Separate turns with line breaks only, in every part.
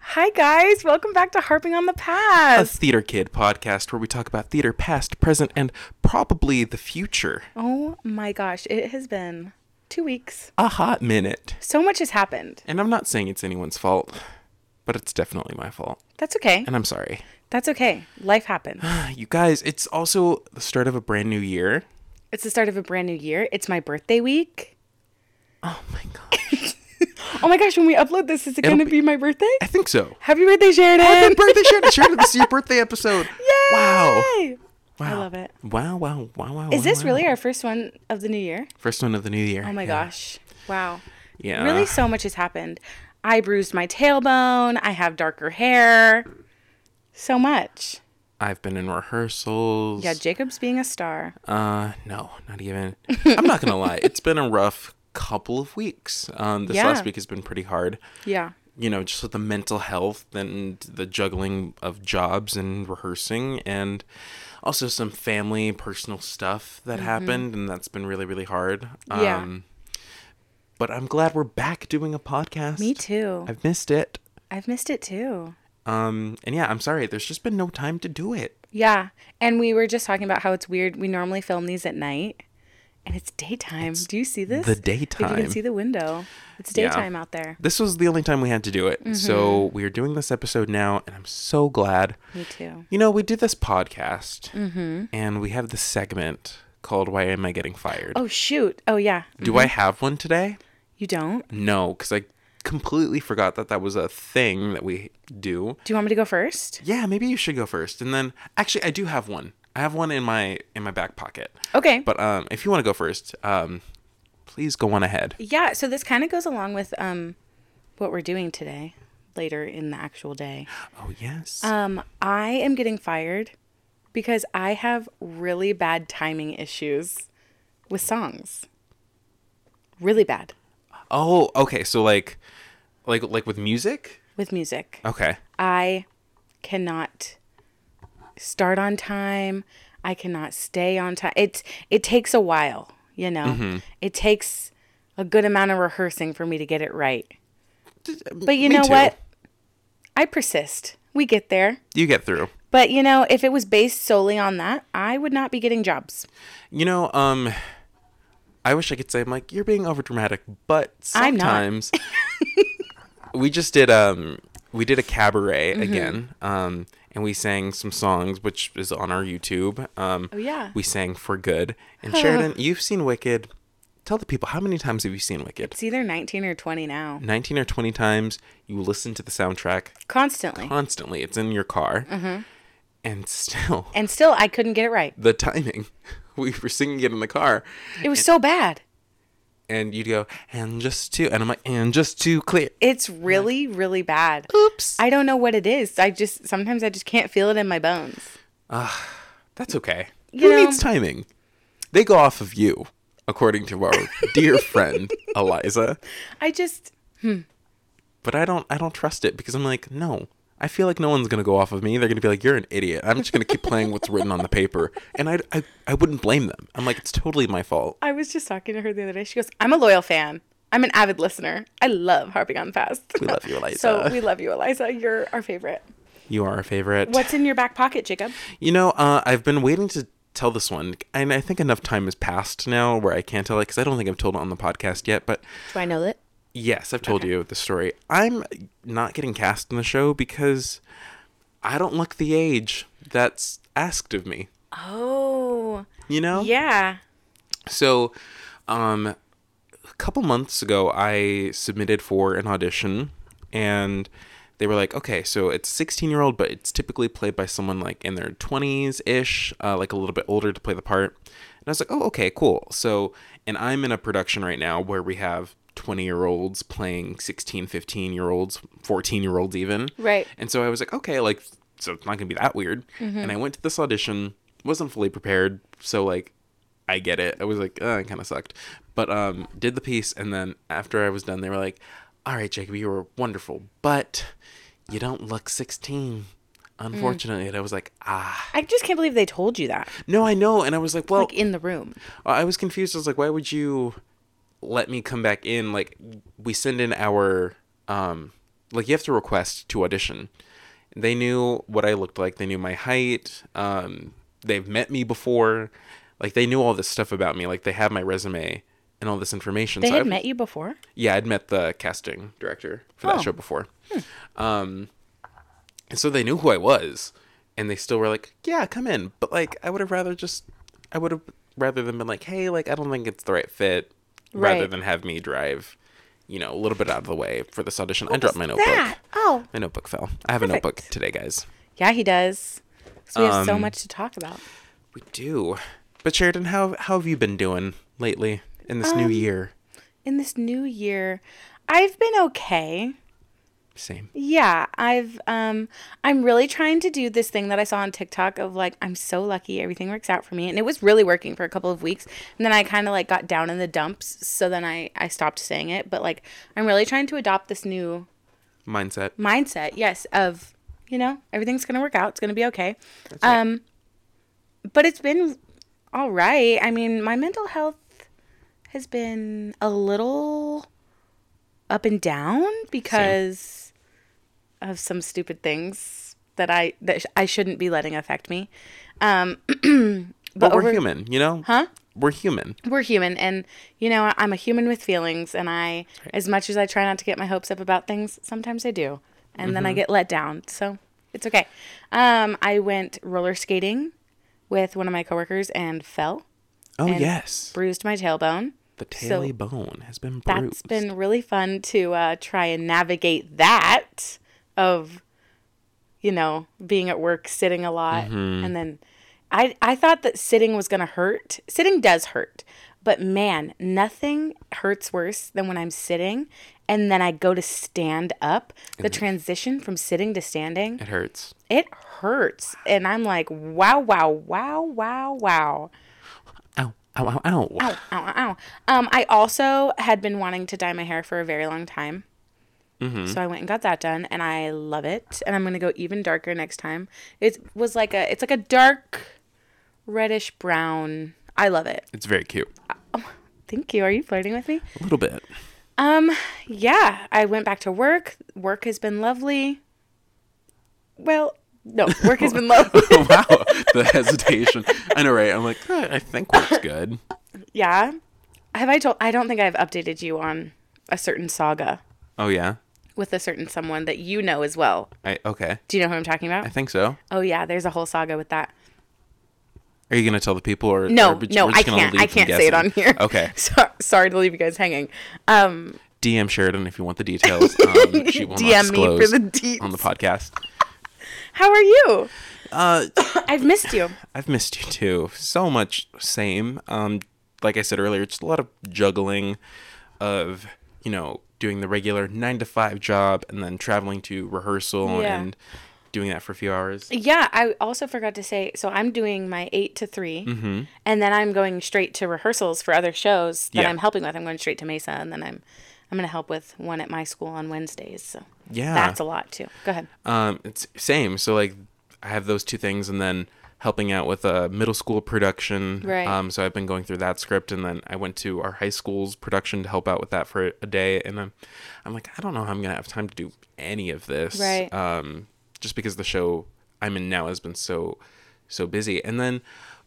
Hi, guys. Welcome back to Harping on the
a
Past.
theater kid podcast where we talk about theater past, present, and probably the future.
Oh my gosh. It has been two weeks.
A hot minute.
So much has happened.
And I'm not saying it's anyone's fault, but it's definitely my fault.
That's okay.
And I'm sorry.
That's okay. Life happens.
You guys, it's also the start of a brand new year.
It's the start of a brand new year. It's my birthday week.
Oh my god.
Oh my gosh. When we upload this, is it
It'll
going to
be-
be my birthday?
I think so.
Happy birthday, Sheridan.
Happy birthday, Sharon. Sharon, this is your birthday episode.
Yay!
Wow. Wow.
I love it.
Wow, wow, wow, wow.
Is
wow,
this
wow.
really our first one of the new year?
first one of the new year?
Oh my gosh. Wow.
Yeah.
Really, so much has happened. I bruised my tailbone. I have darker hair. So much.
I've been in rehearsals.
Yeah, Jacob's being a star.
Uh, no, not even. I'm not gonna lie. It's been a rough couple of weeks. Um, this
Yeah.
last week has been pretty hard.
Yeah.
You know, just with the mental health and the juggling of jobs and rehearsing, and also some family personal stuff that happened, and that's been really really hard.
Mm-hmm.
Um,
Yeah.
But I'm glad we're back doing a podcast.
Me too. I've,
I've missed it.
missed it too.
Um, and yeah, I'm sorry. There's just been no time to do it.
Yeah. And we were just talking about how it's weird. We normally film these at night and it's daytime. Do you see this?
the
Like, you
daytime.
can see the window. It's
Yeah.
daytime out there.
This was the only time we had to do it. So we are doing this episode now, and I'm so glad.
Me too.
You know, we did this podcast, and we have this segment called "Why Am I Getting Fired?"
Oh, shoot. Oh, yeah.
Do I have one today?
You don't?
No, because I completely forgot that that was a thing that we do.
Do you want me to go first?
Yeah, maybe you should go first, and then actually, I do have one. I have one in my in my back pocket.
Okay.
But um, if you want to go first, um, please go on ahead.
Yeah, so this kind of goes along with um what we're doing today, later in the actual day.
Oh yes.
Um I am getting fired because I have really bad timing issues with songs. Really bad
oh, okay. So like, like like with music.
with music.
Okay.
I cannot start on time. I cannot stay on time. It it takes a while, you know.
Mm-hmm.
It takes a good amount of rehearsing for me to get it right. But you
me
know
too.
what? I persist. We get there.
You get through.
But you know, if it was based solely on that, I would not be getting jobs.
You know, um, I wish I could say I'm like you're being overdramatic, but
I'm not.
sometimes we just did um we did a cabaret
Mm-hmm.
again um and we sang some songs which is on our YouTube um
Oh, yeah.
we sang for good and Sheridan you've seen Wicked tell the people how many times have you seen Wicked
It's either 19 or 20 now.
nineteen or twenty times you listen to the soundtrack
Constantly.
constantly it's in your car
Mm-hmm.
and still
And still I couldn't get it right.
the timing we were singing it in the car
It was so bad.
and you'd go and just too and i'm like and just too clear
It's really really bad.
oops
I don't know what it is. I just sometimes I just can't feel it in my bones.
that's okay
You
who
know-
needs timing they go off of you according to our dear friend eliza
I just
but i don't i don't trust it because i'm like no i feel like no one's going to go off of me they're going to be like you're an idiot i'm just going to keep playing what's written on the paper and I, I i wouldn't blame them i'm like it's totally my fault
I was just talking to her the other day. She goes, "I'm a loyal fan. I'm an avid listener. I love harping on fast."
we love you eliza
so we love you, Eliza. You're our favorite.
you are our favorite
What's in your back pocket, Jacob?
You know, uh, I've been waiting to tell this one, and I think enough time has passed now where I can tell it because I don't think I've told it on the podcast yet. But
Do I know that?
yes, I've told you the story. I'm not getting cast in the show because I don't look the age that's asked of me.
Oh,
You know?
yeah.
So, um, a couple months ago, I submitted for an audition, and they were like, "Okay, so it's 16 year old, but it's typically played by someone like in their 20s ish, uh, like a little bit older to play the part." And I was like, "Oh, okay, cool." So, and I'm in a production right now where we have 20 year olds playing 16, 15 year olds, 14 year olds even.
Right.
And so I was like, okay, like, so it's not gonna be that weird. And I went to this audition, wasn't fully prepared, so like, I get it. I was like, uh, it kind of sucked, but um, did the piece, and then after I was done, they were like, all right, Jacob, you were wonderful, but you don't look 16, unfortunately. And I was like, ah,
I just can't believe they told you that,
no, I know. And I was like, well,
like in the room.
I was confused. I was like, why would you let me come back in? Like, we send in our um like you have to request to audition. They knew what I looked like. They knew my height. Um, they've met me before. Like they knew all this stuff about me. Like they have my resume and all this information.
They had
I've-
met you before.
yeah, I'd met the casting director for that
Oh.
show before. Um, and so they knew who I was, and they still were like, "Yeah, come in." But like, I would have rather just, I would have rather than been like, "Hey, like, I don't think it's the right fit," rather
Right.
than have me drive, you know, a little bit out of the way for this audition. I dropped my notebook.
That. Oh.
My notebook fell. I have a notebook today, guys.
Yeah, he does. 'Cause we have so much to talk about.
We do. But Sheridan, how how have you been doing lately in this
Um,
new year?
In this new year, I've been okay.
Same.
Yeah, I've um I'm really trying to do this thing that I saw on TikTok of like I'm so lucky everything works out for me and it was really working for a couple of weeks and then I kind of like got down in the dumps so then I I stopped saying it but like I'm really trying to adopt this new
Mindset.
mindset yes of you know everything's gonna work out it's gonna be okay
right.
um but it's been all right i mean my mental health has been a little up and down because of some stupid things that i that sh- i shouldn't be letting affect me
But, we're
over-
human, you know? Huh? We're human.
we're human and you know i'm a human with feelings and i as much as i try not to get my hopes up about things sometimes i do and then i
Mm-hmm.
get let down so it's okay um, i went roller skating with one of my coworkers and fell
Oh yes.
bruised my tailbone
The
So-
taily bone has been
That's
bruised.
been really fun to uh, try and navigate that of you know being at work sitting a lot and then I I thought that sitting was going to hurt. Sitting does hurt. But man, nothing hurts worse than when I'm sitting and then I go to stand up. The transition from sitting to standing,
It hurts.
it hurts. And I'm like, wow, wow, wow, wow, wow
Ow, ow, ow, ow.
ow, ow, ow, ow. Um, I also had been wanting to dye my hair for a very long time. So I went and got that done, and I love it. And I'm gonna go even darker next time. It was like a, it's like a dark reddish brown. I love it.
It's very cute.
Thank you. Are you flirting with me?
A little bit.
Um, yeah. I went back to work. Work has been lovely. Well, no, work has been lovely.
Oh, wow. the hesitation. I know, right? I'm like, "Eh, I think works good.
Yeah. Have I told? I don't think I've updated you on a certain saga
Oh, yeah.
with a certain someone that you know as well.
I Okay.
Do you know who I'm talking about?
I think so.
Oh yeah, there's a whole saga with that.
Are you going to tell the people? or
No,
or we-
no,
we're just
I
gonna
can't.
leave
I
them
can't say it on
guessing?
here.
Okay.
So, sorry to leave you guys hanging. Um,
DM Sheridan if you want the details. Um, she will not
DM me for
disclose
the deets.
On the podcast.
how are you?
Uh,
I've missed you.
I've missed you too. So much same. Um, like I said earlier, it's a lot of juggling of, you know, doing the regular nine to five job and then traveling to rehearsal
Yeah.
and doing that for a few hours.
Yeah, I also forgot to say. So I'm doing my eight to 3
Mm-hmm.
and then I'm going straight to rehearsals for other shows that
Yeah.
I'm helping with. I'm going straight to Mesa, and then I'm I'm gonna help with one at my school on Wednesdays. So
Yeah.
that's a lot too. Go ahead.
Um, it's same. So like, I have those two things, and then helping out with a middle school production.
Right.
Um, so I've been going through that script, and then I went to our high school's production to help out with that for a day, and I'm, I'm like, I don't know how I'm gonna have time to do any of this.
Right.
Um, just because the show I'm in now has been so, so busy, and then.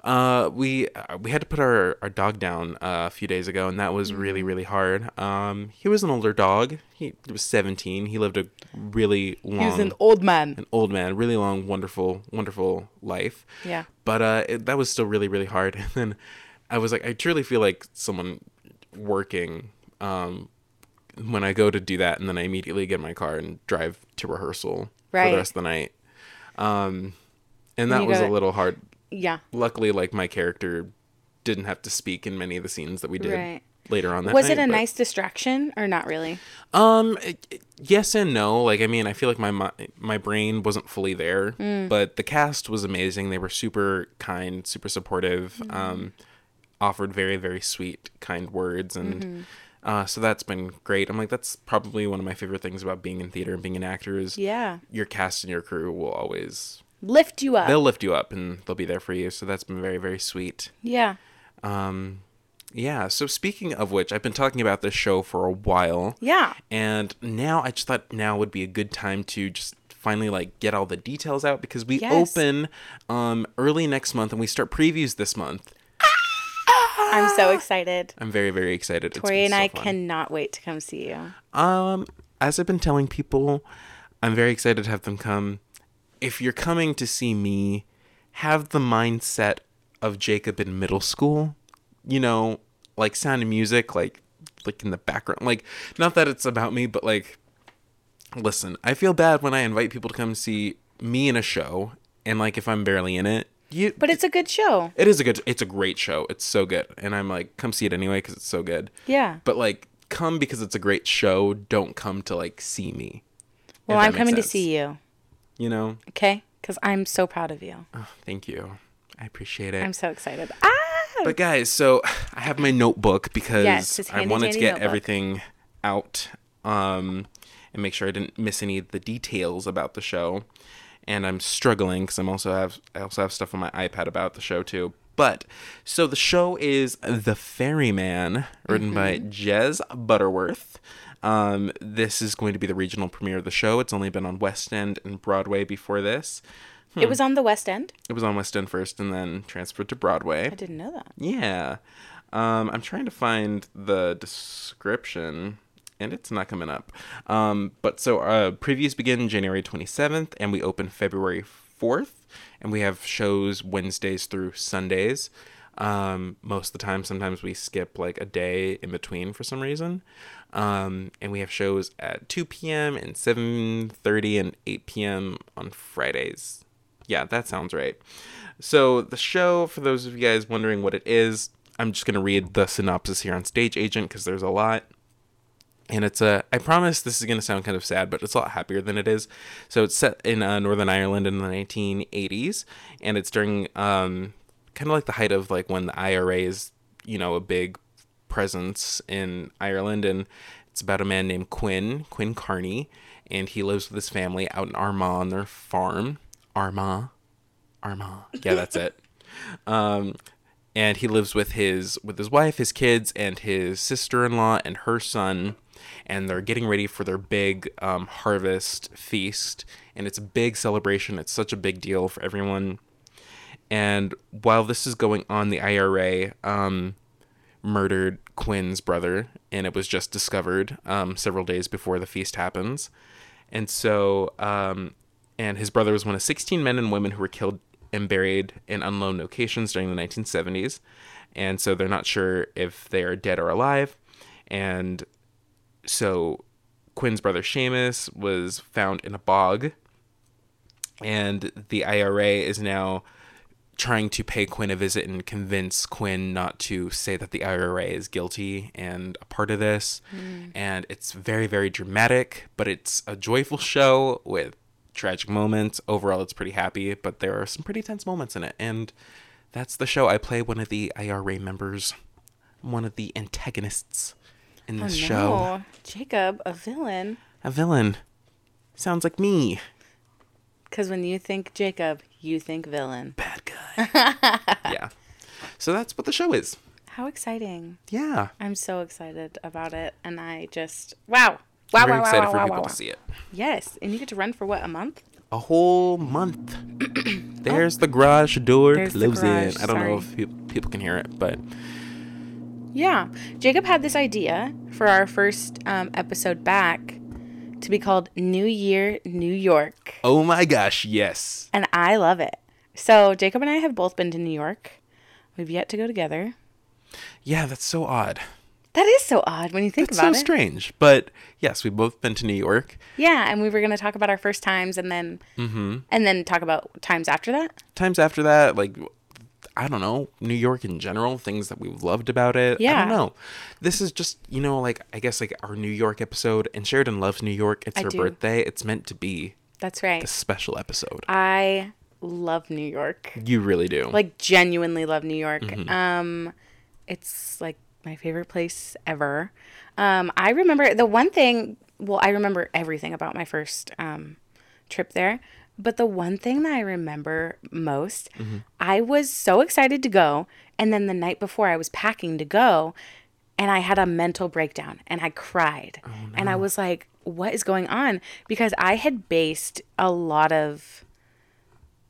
Uh, we uh, we had to put our, our dog down uh, a few days ago, and that was
Mm.
really really hard. Um, he was an older dog. He was 17. He lived a really long
He's an old man.
Um, an old man, really long, wonderful, wonderful life.
Yeah.
But uh, it, that was still really, really hard. And then I was like, I truly feel like someone working um, when I go to do that, and then I immediately get in my car and drive to rehearsal for
Right.
the rest of the night. Um, and that
you
was
go-
a little hard.
Yeah.
Luckily, like my character didn't have to speak in many of the scenes that we did
Right.
later on. That
Was it
night,
a
but-
nice distraction or not really?
um, it- it- yes and no. Like, I mean, I feel like my my, my brain wasn't fully there, but the cast was amazing. They were super kind, super supportive. Um, offered very very sweet, kind words, and uh, so that's been great. I'm like, that's probably one of my favorite things about being in theater and being an actor is
Yeah.
your cast and your crew will always
Lift you up.
they'll lift you up and they'll be there for you. So that's been very very sweet.
yeah.
Um, Yeah. So speaking of which, I've been talking about this show for a while.
Yeah.
And now I just thought now would be a good time to just finally like get all the details out because we
Yes.
open um early next month and we start previews this month.
I'm so excited.
I'm very very excited. It's
Tori
been
and
so
I
fun.
cannot wait to come see you.
Um, as I've been telling people, I'm very excited to have them come. If you're coming to see me, have the mindset of Jacob in middle school. You know, like sound of music, like like in the background. Like not that it's about me, but like listen, I feel bad when I invite people to come see me in a show and like if I'm barely in it. You
But it's a good show.
it is a good it's a great show. It's so good. And I'm like come see it anyway cuz it's so good.
Yeah.
But like, come because it's a great show. Don't come to like see me.
Well,
If that
I'm
makes
coming to
sense.
see you,
You know.
okay? Because I'm so proud of you.
Oh, thank you. I appreciate it.
I'm so excited. Ah!
But guys, so I have my notebook because
Yes, his
I
handy
wanted to
dandy
get
notebook.
everything out um, and make sure I didn't miss any of the details about the show. And I'm struggling because I'm also have I also have stuff on my iPad about the show too. But so the show is The Ferryman, written by
Mm-hmm.
Jez Butterworth. Um, this is going to be the regional premiere of the show. It's only been on West End and Broadway before this. Hmm.
It was on the West End.
It was on West End first and then transferred to Broadway.
I didn't know that.
Yeah. Um, I'm trying to find the description, and it's not coming up. Um, but so uh, previews begin January 27th, and we open February 4th, and we have shows Wednesdays through Sundays. Um, most of the time, sometimes we skip like a day in between for some reason. Um, and we have shows at 2 p.m. and 7:30 and 8 p.m. on Fridays. Yeah, that sounds right. So, the show, for those of you guys wondering what it is, I'm just going to read the synopsis here on Stage Agent because there's a lot. And it's a, I promise this is going to sound kind of sad, but it's a lot happier than it is. So, it's set in uh, Northern Ireland in the 1980s, and it's during um, kind of like the height of like when the IRA is, you know, a big presence in Ireland, and it's about a man named Quinn, Quinn Carney, and he lives with his family out in Armagh on their farm. Armagh. Armagh. Yeah, that's it. Um, and he lives with his with his wife, his kids, and his sister in law and her son, and they're getting ready for their big um, harvest feast, and it's a big celebration. It's such a big deal for everyone. And while this is going on, the IRA um, murdered Quinn's brother, and it was just discovered um, several days before the feast happens. And so, um, and his brother was one of 16 men and women who were killed and buried in unknown locations during the 1970s. And so they're not sure if they are dead or alive. And so Quinn's brother Seamus was found in a bog and the IRA is now trying to pay Quinn a visit and convince Quinn not to say that the IRA is guilty and a part of this. And it's very, very dramatic, but it's a joyful show with tragic moments. Overall, it's pretty happy, but there are some pretty tense moments in it. And that's the show. I play one of the IRA members, I'm one of the antagonists in this show.
Oh, No, Jacob, a villain.
A villain. Sounds like me.
Because when you think Jacob, you think villain.
bad guy. yeah. So that's what the show is.
How exciting!
Yeah.
I'm so excited about it, and I just wow, wow,
I'm very
wow, wow,
excited
wow,
for
wow,
people
wow, wow.
to see it.
Yes, and you get to run for what a month?
A whole month. There's the garage door
There's the
lives
garage,
in. I don't know
sorry.
if people, people can hear it, but
Yeah, Jacob had this idea for our first um, episode back to be called New Year, New York.
oh my gosh, yes.
And I love it. So Jacob and I have both been to New York. We've yet to go together.
Yeah, that's so odd.
That is so odd when you think
It's so
about it.
strange. But yes, we've both been to New York.
Yeah, and we were gonna talk about our first times and then
Mm-hmm.
and then talk about times after that.
Times after that, like I don't know, New York in general, things that we've loved about it. I
Yeah.
don't know. This is just, you know, like I guess like our New York episode and Sheridan loves New York. It's her
do.
birthday. It's meant to be.
That's right.
special episode.
I love New York.
You really do.
Like genuinely love New York. Um it's like my favorite place ever. Um I remember the one thing well, I remember everything about my first um trip there. But the one thing that I remember most, I was so excited to go. And then the night before, I was packing to go and I had a mental breakdown and I cried. And I was like, what is going on? Because I had based a lot of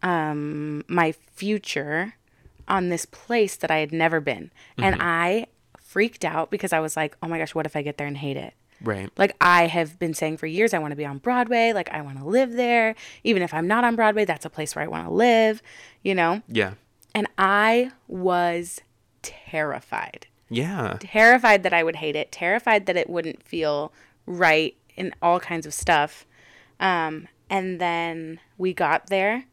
um, my future on this place that I had never been. And I freaked out because I was like, oh my gosh, what if I get there and hate it?
Right.
Like I have been saying for years, I want to be on Broadway. Like I want to live there. Even if I'm not on Broadway, that's a place where I want to live, you know?
Yeah.
And I was terrified.
Yeah.
Terrified that I would hate it. Terrified that it wouldn't feel right in all kinds of stuff. Um, and then we got there.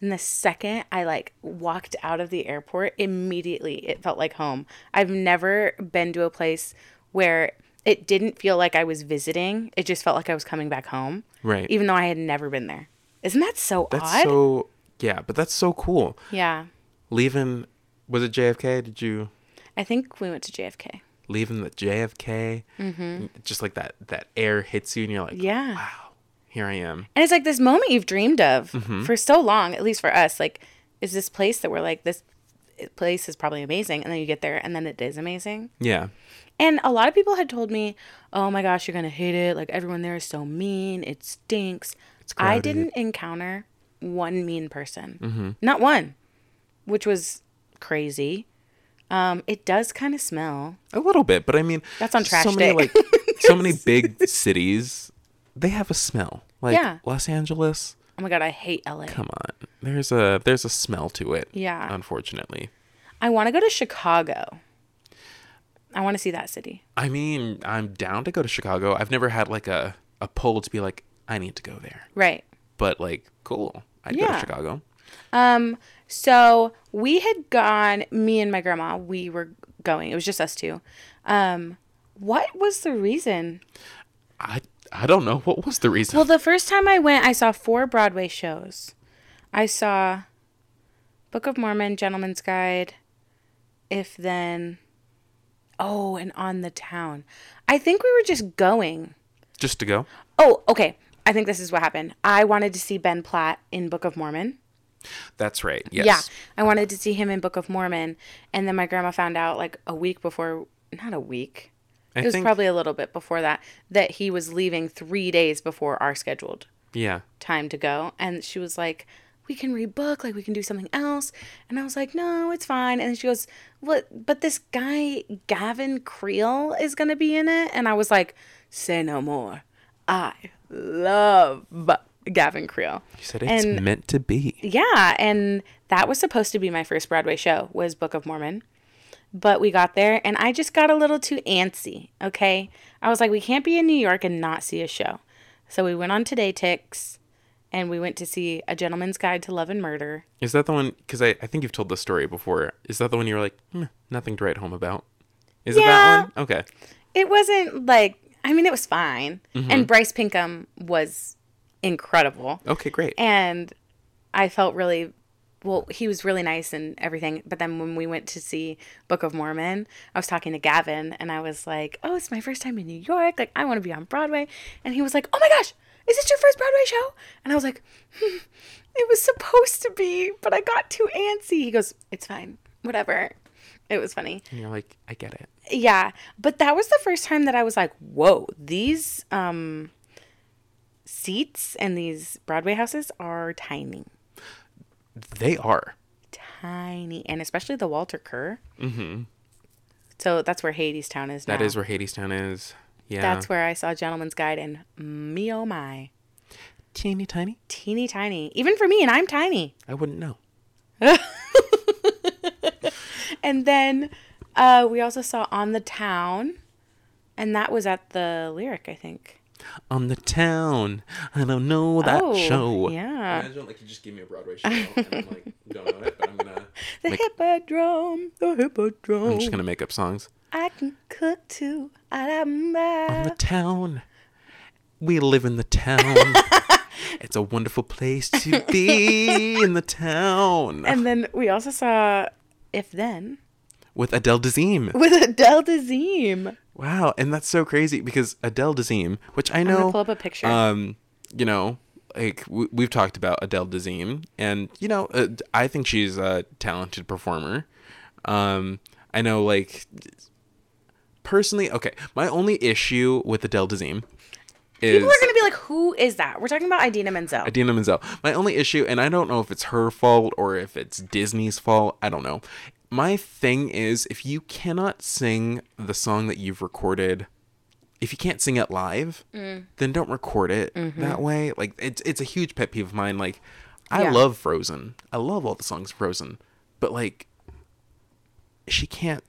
And the second I like walked out of the airport, immediately it felt like home. I've never been to a place where it didn't feel like I was visiting. It just felt like I was coming back home.
Right.
Even though I had never been there. Isn't that so
That's
odd?
so. Yeah, but that's so cool.
yeah.
Leaving. Was it JFK? Did you
I think we went to JFK.
leaving the JFK? Mm-hmm. Just like that. That air hits you, and you're like,
Yeah.
wow, here I am.
And it's like this moment you've dreamed of
Mm-hmm.
for so long, at least for us, like is this place that we're like this eh, place is probably amazing and then you get there and then it is amazing.
Yeah.
And a lot of people had told me, "Oh my gosh, you're going to hate it. Like everyone there is so mean. It stinks." I
crowded. Mm-hmm.
didn't encounter one mean person. Not one. Which was crazy. Um it does kind of smell.
A little bit, but I mean,
That's on trash
so many,
day.
Like, so many big cities, they have a smell. Like
Yeah.
Los Angeles,
Oh my god, I hate LA.
come on. There's a there's a smell to it.
Yeah.
Unfortunately,
I want to go to Chicago. I want to see that city.
I mean, I'm down to go to Chicago. I've never had like a a pull to be like, I need to go there.
Right.
But like, cool, I'd go
Yeah.
to Chicago.
Um, so we had gone, me and my grandma, we were going. It was just us two. Um, what was the reason?
I I don't know what was the reason.
Well, the first time I went, I saw four Broadway shows. I saw Book of Mormon, Gentleman's Guide, If Then, oh, and On the Town. I think we were just going.
Just to go.
Oh, okay. I think this is what happened. I wanted to see Ben Platt in Book of Mormon.
That's right. Yes.
Yeah. I wanted to see him in Book of Mormon. And then my grandma found out like a week before, not a week.
I
it was
think-
probably a little bit before that, that he was leaving three days before our scheduled
Yeah.
time to go. And she was like, we can rebook, like we can do something else. And I was like, no, it's fine. And she goes, what? But this guy, Gavin Creel, is going to be in it. And I was like, say no more. I love Gavin Creel.
You said it's
And-
meant to be.
Yeah, and that was supposed to be my first Broadway show was Book of Mormon. But we got there and I just got a little too antsy, okay? I was like we can't be in New York and not see a show. So we went on Today Ticks and we went to see A Gentleman's Guide to Love and Murder.
Is that the one? Because I, I think you've told the story before. Is that the one you were like, hmm, nothing to write home about? Is it
Yeah.
that one? Okay.
It wasn't like I mean it was fine. And Bryce Pinkham was incredible.
Okay, great.
and I felt really well, he was really nice and everything. But then when we went to see Book of Mormon, I was talking to Gavin and I was like, Oh, it's my first time in New York. Like, I want to be on Broadway. And he was like, Oh my gosh, is this your first Broadway show? And I was like, hmm, It was supposed to be, but I got too antsy. He goes, It's fine, whatever. It was funny.
and you're like, I get it.
Yeah, but that was the first time that I was like, "Whoa, these um seats and these Broadway houses are tiny,
They are.
tiny, and especially the Walter Kerr." Mm-hmm. So that's where Hadestown is now.
That is where Hadestown is. Yeah.
That's where I saw Gentleman's Guide, and me oh my,
teeny tiny.
teeny tiny, even for me, and I'm tiny.
I wouldn't know.
And then uh, we also saw On the Town, and that was at the Lyric, I think.
On the town. I don't know that show.
Oh, yeah.
Imagine like you just gave me a Broadway show and I'm like, don't know it, but I'm gonna
The hippodrome, the hippodrome.
I'm just gonna make up songs.
I can cook too.
On the
Alamba.
town. We live in the town. it's a wonderful place to be in the town.
And then we also saw If Then
With Adele Dazeem.
with Adele Dazeem.
Wow, and that's so crazy because Adele Dazeem, which I know
pull up a picture.
Um, you know, like we, we've talked about Adele Dazeem, and you know, uh, I think she's a talented performer. Um, I know, like personally, okay, my only issue with Adele Dazeem is
People are gonna be like, "Who is that?" We're talking about Idina Menzel.
Idina Menzel. My only issue, and I don't know if it's her fault or if it's Disney's fault. I don't know. My thing is, if you cannot sing the song that you've recorded, if you can't sing it live,
Mm.
then don't record it
Mm-hmm.
that way. Like it's it's a huge pet peeve of mine. Like I
Yeah.
love Frozen. I love all the songs Frozen, but like she can't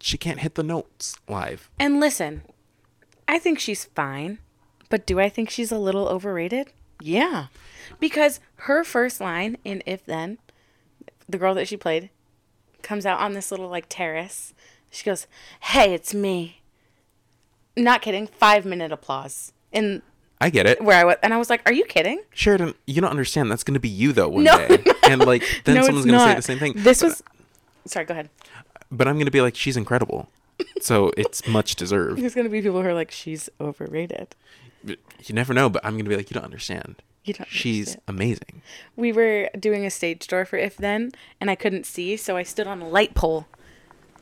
she can't hit the notes live.
And listen, I think she's fine, but do I think she's a little overrated? Yeah. Because her first line in If Then, the girl that she played, comes out on this little like terrace. She goes, Hey, it's me. Not kidding. Five minute applause. And
I get it.
where I was, and I was like, Are you kidding?
Sheridan, you don't understand. That's going to be you though one
No.
day, and like then someone's going to say the same thing.
This was, sorry, go ahead.
but I'm gonna be like, she's incredible. So it's much deserved.
There's going to be people who are like, She's overrated.
You never know, but I'm gonna be like, you don't understand.
You don't
She's amazing.
we were doing a stage door for if then and i couldn't see so i stood on a light pole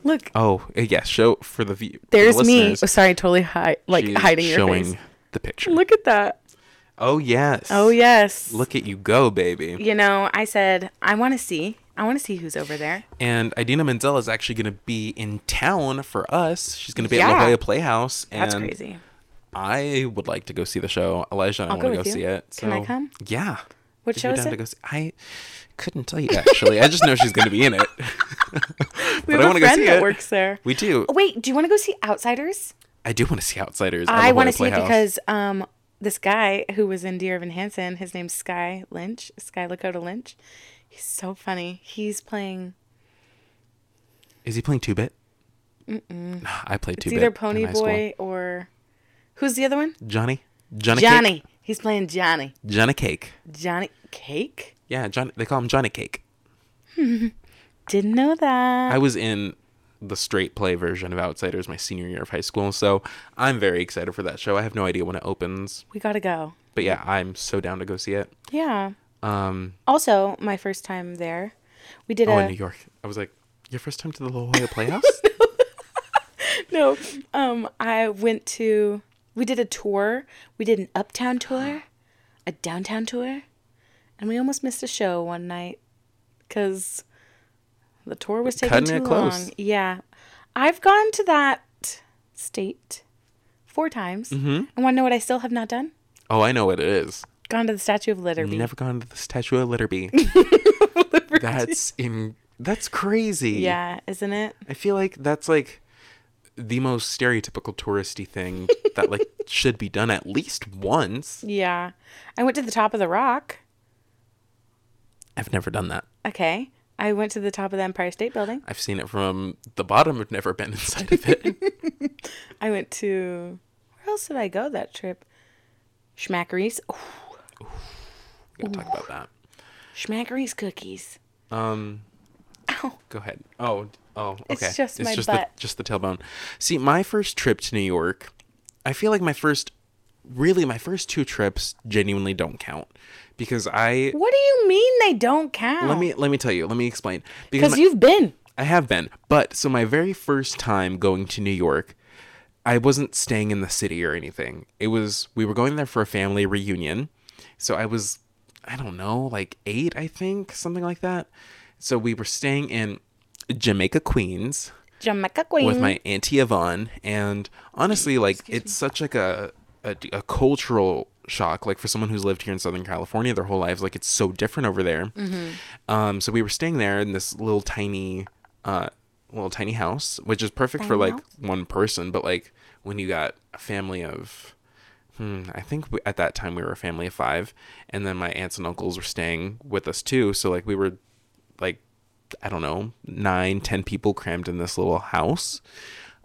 look
Oh uh, yeah, show for the view.
there's
the
me
listeners,
oh, sorry totally hi- like
she's
hiding your
showing
face
the picture.
look at that
Oh yes.
oh yes
Look at you go, baby.
you know i said i want to see i want to see who's over there
And Idina Menzel is actually gonna be in town for us. She's gonna be at La
Yeah.
Jolla Playhouse. And
that's crazy
I would like to go see the show. Elijah and I
go
want to go
with you.
see it. So
Can I come?
Yeah.
What
If
show
you're
is
down
it?
to go see- I couldn't tell you actually. I just know she's gonna be in it.
we
I
have
wanna
a
go
friend
see
that
it.
works there
We do.
Oh, wait do you want to go see outsiders
I do want to see Outsiders.
i
love
want
Hoyle
to see it
Playhouse.
because um this guy who was in Dear Evan Hansen, his name's Sky Lynch, Sky Lakota Lynch. He's so funny. He's playing
is he playing two bit? I played two
It's
bit.
either Pony Boy or who's the other one?
Johnny. Johnny. Johnny.
Johnny. He's playing Johnny.
Cake. Johnny Cake.
Johnny Cake?
Yeah, John. They call him Johnny Cake.
Didn't know that.
I was in the straight play version of Outsiders my senior year of high school, so I'm very excited for that show. I have no idea when it opens,
we gotta go.
but yeah, I'm so down to go see it.
Yeah.
Um,
Also, my first time there, we did
oh,
a
in New York, I was like, your first time to the La Jolla Playhouse?
no. Um, I went to we did a tour. We did an uptown tour, a downtown tour, and we almost missed a show one night because the tour was taking
Cutting
too
it close.
long. Yeah, I've gone to that state four times,
Mm-hmm.
and want to know what I still have not done?
oh, I know what it is.
Gone to the Statue of Liberty.
Never gone to the Statue of Liberty. That's in. That's crazy.
Yeah, isn't it?
I feel like that's like the most stereotypical touristy thing that like should be done at least once.
Yeah, I went to the top of the rock.
I've never done that.
Okay, I went to the top of the Empire State Building.
I've seen it from the bottom. I've never been inside of it.
I went to where else did I go that trip? Schmackeries. Ooh,
we gotta talk about that.
Schmackeries cookies.
Um, go ahead. Oh, oh, okay.
It's just my
just
butt.
The, just the tailbone. See, my first trip to New York, I feel like my first, really, my first two trips genuinely don't count because I.
What do you mean they don't count?
Let me let me tell you. Let me explain. Because
because
my-
you've been.
I have been. But so my very first time going to New York, I wasn't staying in the city or anything. It was we were going there for a family reunion. So I was I don't know, like 8, I think, something like that. So we were staying in Jamaica, Queens
Jamaica Queen.
with my auntie Yvonne, and honestly, like it's such like a, a a cultural shock. Like for someone who's lived here in Southern California their whole lives, like it's so different over there. Um, so we were staying there in this little tiny, uh, little tiny house, which is perfect for like one person, but like when you got a family of Hmm, I think we, at that time we were a family of five, and then my aunts and uncles were staying with us too. So like we were, like, I don't know, nine, ten people crammed in this little house,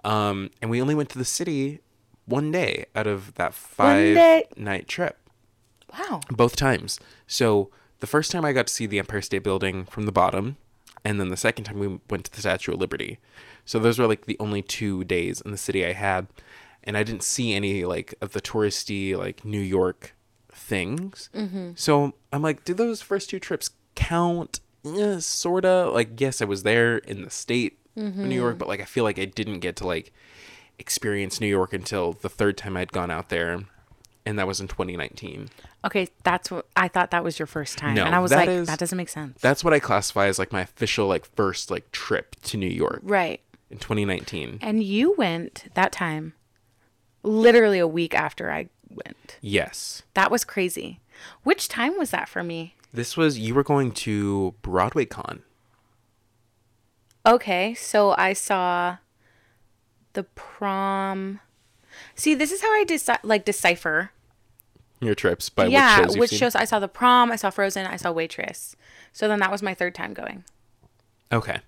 um, and we only went to the city one day out of
One
that five
day.
night trip,
wow.
both times. So the first time I got to see the Empire State Building from the bottom, and then the second time we went to the Statue of Liberty. So those were like the only two days in the city I had, and I didn't see any like of the touristy like New York things. So I'm like, do those first two trips count? Yeah, sorta. Like, yes, I was there in the state of New York, but like, I feel like I didn't get to like experience New York until the third time I'd gone out there, and that was in 2019.
Okay, that's what I thought that was your first time.
No,
and I was
that
like,
is-
that doesn't make sense.
That's what I classify as like my official like first like trip to New York
right.
in 2019.
And you went that time literally a week after I went.
Yes.
That was crazy. Which time was that for me?
This was you were going to Broadway Con.
Okay, so I saw the prom. See, this is how I deci- like decipher.
Your trips by
yeah,
which shows you've
which
seen.
shows I saw the prom, I saw Frozen, I saw Waitress. So then that was my third time going.
Okay.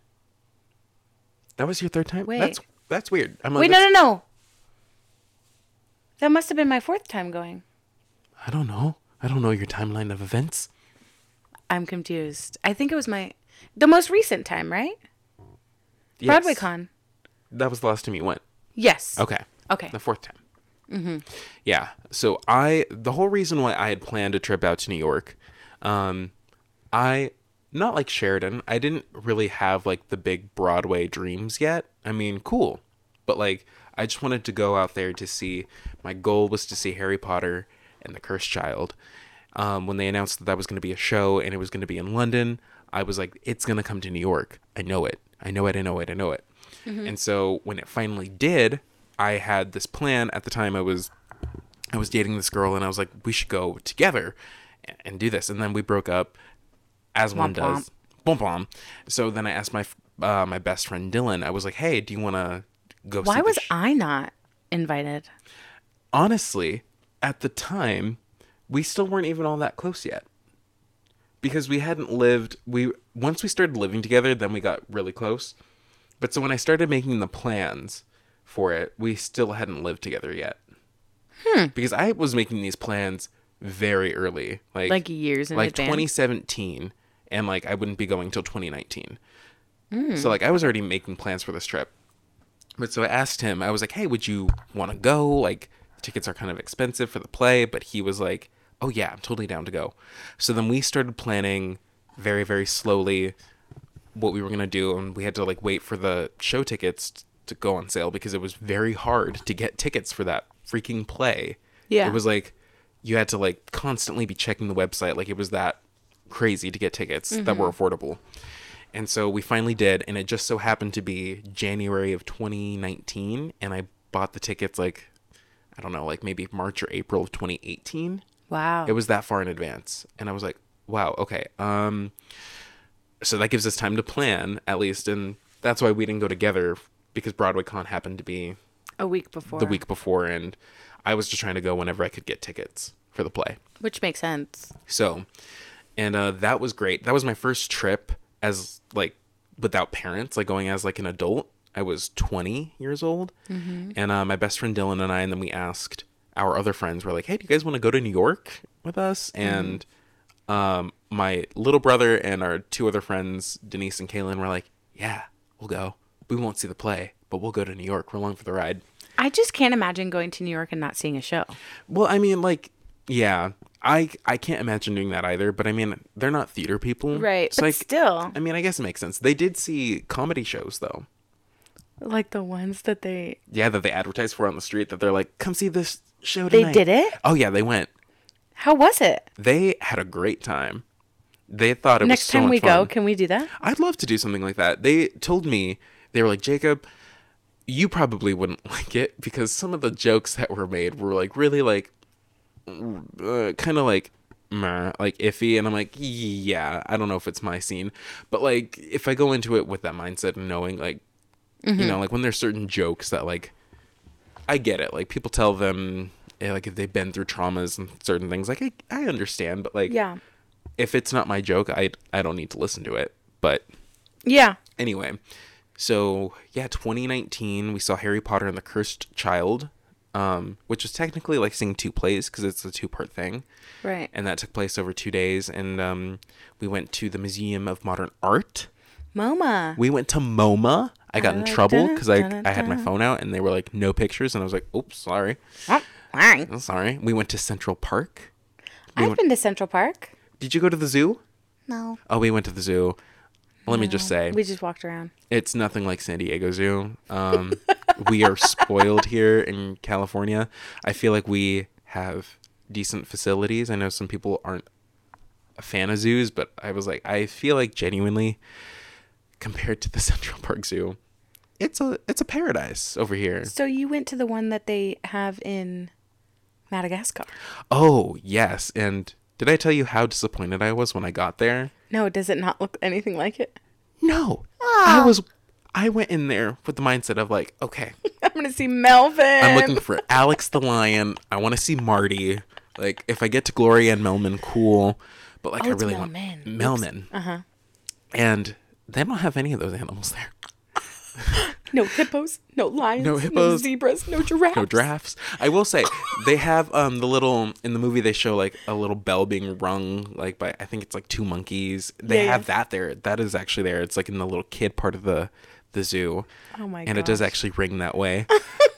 That was your third time.
Wait.
That's that's weird. I'm like,
Wait, no,
that's-
no, no. That must have been my fourth time going.
I don't know. I don't know your timeline of events.
I'm confused. I think it was my the most recent time, right? Broadway
Yes.
Con.
That was the last time you went.
Yes.
Okay.
Okay.
The fourth time. Mm-hmm. Yeah. So I the whole reason why I had planned a trip out to New York, um, I not like Sheridan. I didn't really have like the big Broadway dreams yet. I mean, cool, but like I just wanted to go out there to see. My goal was to see Harry Potter and the Cursed Child. Um, when they announced that that was going to be a show and it was going to be in London, I was like, it's going to come to New York. I know it. I know it. I know it. I know it. And so when it finally did, I had this plan at the time I was I was dating this girl and I was like we should go together and, and do this and then we broke up as one
Womp womp.
does. Boom bomb. So then I asked my f- uh, my best friend Dylan. I was like, "Hey, do you want to go see
Why
the
was
sh-
I not invited?
honestly, at the time, we still weren't even all that close yet. Because we hadn't lived we once we started living together, then we got really close. But so when I started making the plans for it, we still hadn't lived together yet. Because I was making these plans very early. Like
Like years in
like
advance.
2017 and like I wouldn't be going till 2019.
Hmm.
So like I was already making plans for this trip. But so I asked him, I was like, hey, would you want to go? Like, tickets are kind of expensive for the play. But he was like, oh, yeah, I'm totally down to go. So then we started planning very, very slowly what we were going to do. And we had to like wait for the show tickets t- to go on sale because it was very hard to get tickets for that freaking play.
Yeah.
It was like you had to like constantly be checking the website. Like, it was that crazy to get tickets that were affordable. And so we finally did, and it just so happened to be January of 2019, and I bought the tickets like I don't know, like maybe March or April of 2018.
Wow.
It was that far in advance, and I was like, "Wow, okay." Um so that gives us time to plan at least, and that's why we didn't go together because Broadway Con happened to be
a week before.
the week before and I was just trying to go whenever I could get tickets for the play.
Which makes sense.
So, and uh, that was great. That was my first trip as like without parents, like going as like an adult. I was 20 years old, and uh, my best friend Dylan and I, and then we asked our other friends, we're like, "Hey, do you guys want to go to New York with us?" And um, my little brother and our two other friends, Denise and Kaylin, were like, "Yeah, we'll go. We won't see the play, but we'll go to New York. We're along for the ride."
I just can't imagine going to New York and not seeing a show.
Well, I mean, like, yeah, I I can't imagine doing that either. But I mean, they're not theater people,
Right,
So
but
like,
still.
I mean, I guess it makes sense. They did see comedy shows though.
Like the ones that they
Yeah, that they advertise for on the street. That they're like, come see this show.
They
Tonight.
did it?
Oh yeah, they went.
How was it?
They had a great time. They thought it
Next
was so
time
much
we go,
fun.
can we do that?
I'd love to do something like that. They told me they were like, Jacob, you probably wouldn't like it because some of the jokes that were made were like really like uh, kind of like meh, like iffy and i'm like yeah i don't know if it's my scene but like if i go into it with that mindset and knowing like you know like when there's certain jokes that like i get it like people tell them eh, like if they've been through traumas and certain things like i, I understand but like
Yeah.
if it's not my joke i i don't need to listen to it but
Yeah.
anyway so yeah 2019 we saw harry potter and the cursed child um, which was technically like seeing two plays because it's a two part thing
Right.
and that took place over two days and um, we went to the museum of modern art
MoMA.
we went to moma i got in
Dun,
trouble
Uh, dun,
because I,
dun,
I had my phone out and they were like no pictures and i was like oops sorry
Oh, wow.
sorry we went to central park We
I've
went,
been to Central Park.
did you go to the zoo?
No.
Oh, we went to the zoo. Let me just say,
We just walked around.
it's nothing like San Diego Zoo. Um, we are spoiled here in California. I feel like we have decent facilities. I know some people aren't a fan of zoos, but I was like, I feel like genuinely, compared to the Central Park Zoo, it's a it's a paradise over here.
So you went to the one that they have in Madagascar.
Oh yes, and did I tell you how disappointed I was when I got there?
No, does it not look anything like it?
No, I was. I went in there with the mindset of like, okay,
I'm gonna see Melvin.
I'm looking for Alex the lion. I want to see Marty. Like, if I get to Gloria and Melman, cool. But like, I
Oh, it's
really want
Melman. Oops. Uh-huh.
Melman. Uh huh. And they don't have any of those animals there.
no hippos, no lions,
No
no,
hippos.
zebras, no giraffes.
No drafts. I will say they have um the little in the movie they show like a little bell being rung like by I think it's like two monkeys. They
Yeah, yeah.
have that there. That is actually there. It's like in the little kid part of the the zoo.
Oh my
And it does
gosh.
actually ring that way.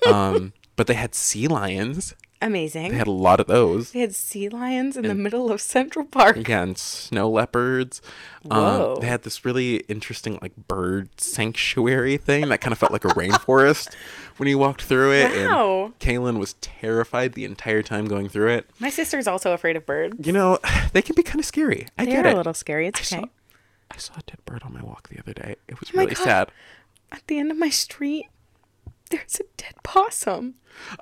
um but they had sea lions.
Amazing.
They had a lot of those.
They had sea lions in the middle of Central Park.
again snow leopards um,
Whoa.
they had this really interesting like bird sanctuary thing that kind of felt like a rainforest when you walked through it
Wow.
and kaylin was terrified the entire time going through it
My sister's also afraid of birds.
you know they can be kind of scary i
They're
get
a
it
little scary. It's
saw-
okay.
i saw a dead bird on my walk the other day it was
Oh my
really
God.
sad
At the end of my street, there's a dead possum.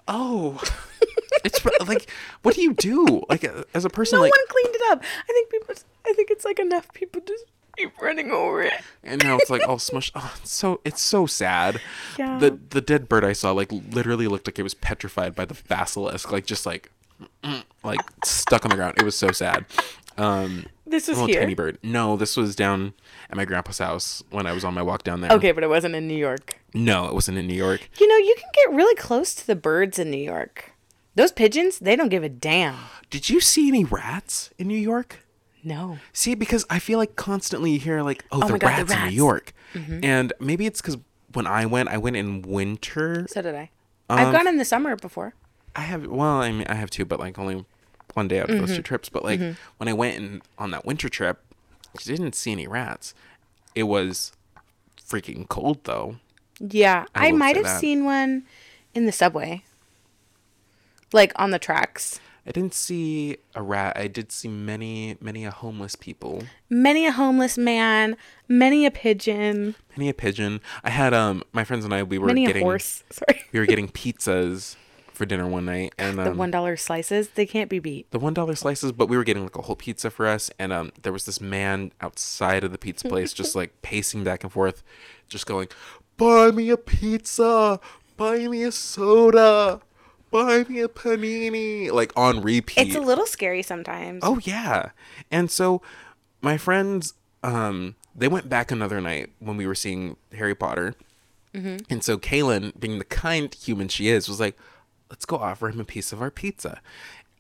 oh it's fr- like what do you do like uh, as a person
No
like
one cleaned it up. I think people. I think it's like enough people just keep running over it.
and now it's like all smushed. Oh, it's so it's so sad.
Yeah.
The the dead bird I saw like literally looked like it was petrified by the basilisk, like just like mm, like stuck on the ground. It was so sad. Um,
This was
little
here.
tiny bird. No, this was down at my grandpa's house when I was on my walk down there.
Okay, but it wasn't in New York.
No, it wasn't in New York.
You know, you can get really close to the birds in New York. Those pigeons, they don't give a damn.
Did you see any rats in New York?
No.
See, because I feel like constantly you hear like, oh, the,
my God, the
rats in
rats. Mm-hmm.
New York, and maybe it's because when I went, I went in winter.
So did I. I've
Um,
gone in the summer before.
I have well, I mean, I have two, but like only one day out of
Mm-hmm.
those two trips. But like when I went in, on that winter trip, I didn't see any rats. It was freaking cold though.
Yeah,
I
I,
will
might
say
have
that.
seen one in the subway, like on the tracks.
I didn't see a rat. I did see many, many a homeless people,
Many a homeless man, many a pigeon,
many a pigeon. I had um my friends and I we were
many
getting
a horse. Sorry,
we were getting pizzas for dinner one night and um,
the one dollar slices they can't be beat.
the one dollar slices, but we were getting like a whole pizza for us, and um, there was this man outside of the pizza place, just like pacing back and forth, just going, "Buy me a pizza, buy me a soda, buy me a panini," like on repeat.
It's a little scary sometimes.
Oh yeah. And so my friends um they went back another night when we were seeing Harry Potter.
Mm-hmm.
And so Kaylin, being the kind human she is, was like, "Let's go offer him a piece of our pizza."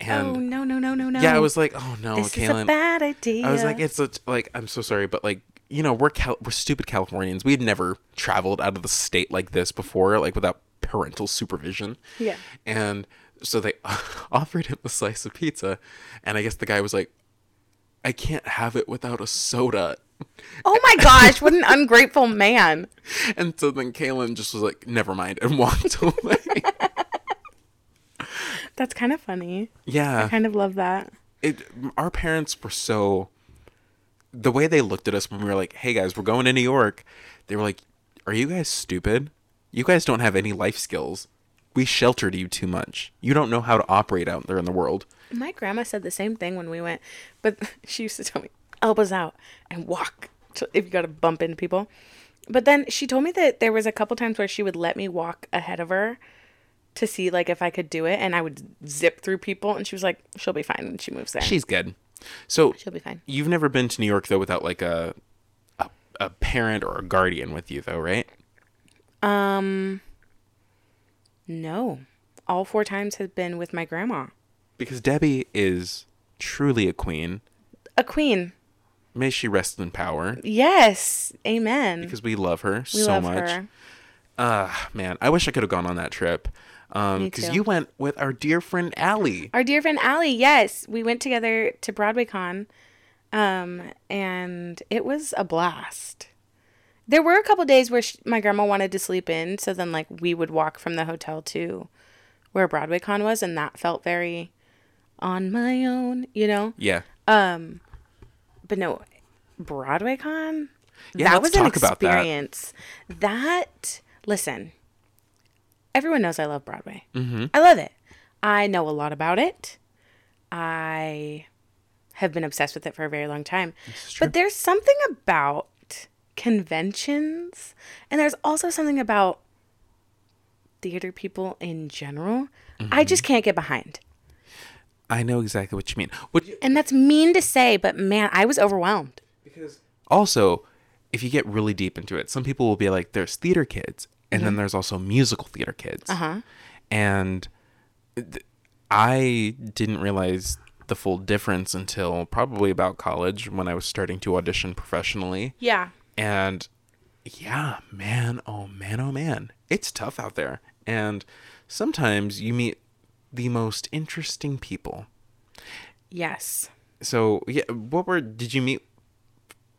Oh,
And
no no no no no!
yeah, I was like, "Oh no,
Um, This
Kaylin."
is a bad idea.
I was like, "It's a, like I'm so sorry, but like you know we're Cal- we're stupid Californians. We had never traveled out of the state like this before, like without parental supervision."
Yeah.
And so they offered him a slice of pizza, and I guess the guy was like, "I can't have it without a soda."
oh my gosh, what an ungrateful man!
And so then Kaylin just was like, "Never mind," and walked away.
That's kind of funny.
yeah.
I kind of love that.
it our parents were so the way they looked at us when we were like hey guys we're going to new york they were like are you guys stupid you guys don't have any life skills we sheltered you too much you don't know how to operate out there in the world
My grandma said the same thing when we went, but she used to tell me, elbows out and walk to- if you got to bump into people. But then she told me that there was a couple times where she would let me walk ahead of her to see like if I could do it and I would zip through people and she was like, she'll be fine when she moves there.
she's good so
she'll be fine.
you've never been to new york though without like a a, a parent or a guardian with you though right
No. All four times has been with my grandma.
because debbie is truly a queen
A queen.
may she rest in power
Yes. Amen.
because we love her
we
so
love
much
her.
Ah, man, I wish I could have gone on that trip. Um, because you went with our dear friend Allie.
Our dear friend Allie, yes, we went together to Broadway Con, um, and it was a blast. There were a couple days where sh my grandma wanted to sleep in, so then like we would walk from the hotel to where Broadway Con was, and that felt very on my own, you know.
Yeah.
But no, Broadway Con.
Yeah,
that
let's
was an
talk about that.
experience. that. listen, everyone knows I love Broadway. Mm-hmm. I love it. I know a lot about it. I have been obsessed with it for a very long time. But there's something about conventions, and there's also something about theater people in general.
Mm-hmm.
I just can't get behind.
I know exactly what you mean. Would you,
And that's mean to say, but man, I was overwhelmed.
because also, if you get really deep into it, some people will be like, "There's theater kids," and
Mm-hmm.
then there's also musical theater kids. Uh
Uh-huh.
huh. And th- I didn't realize the full difference until probably about college when I was starting to audition professionally.
Yeah.
And yeah, man, oh man, oh man, it's tough out there. And sometimes you meet the most interesting people.
Yes.
So yeah, what were did you meet?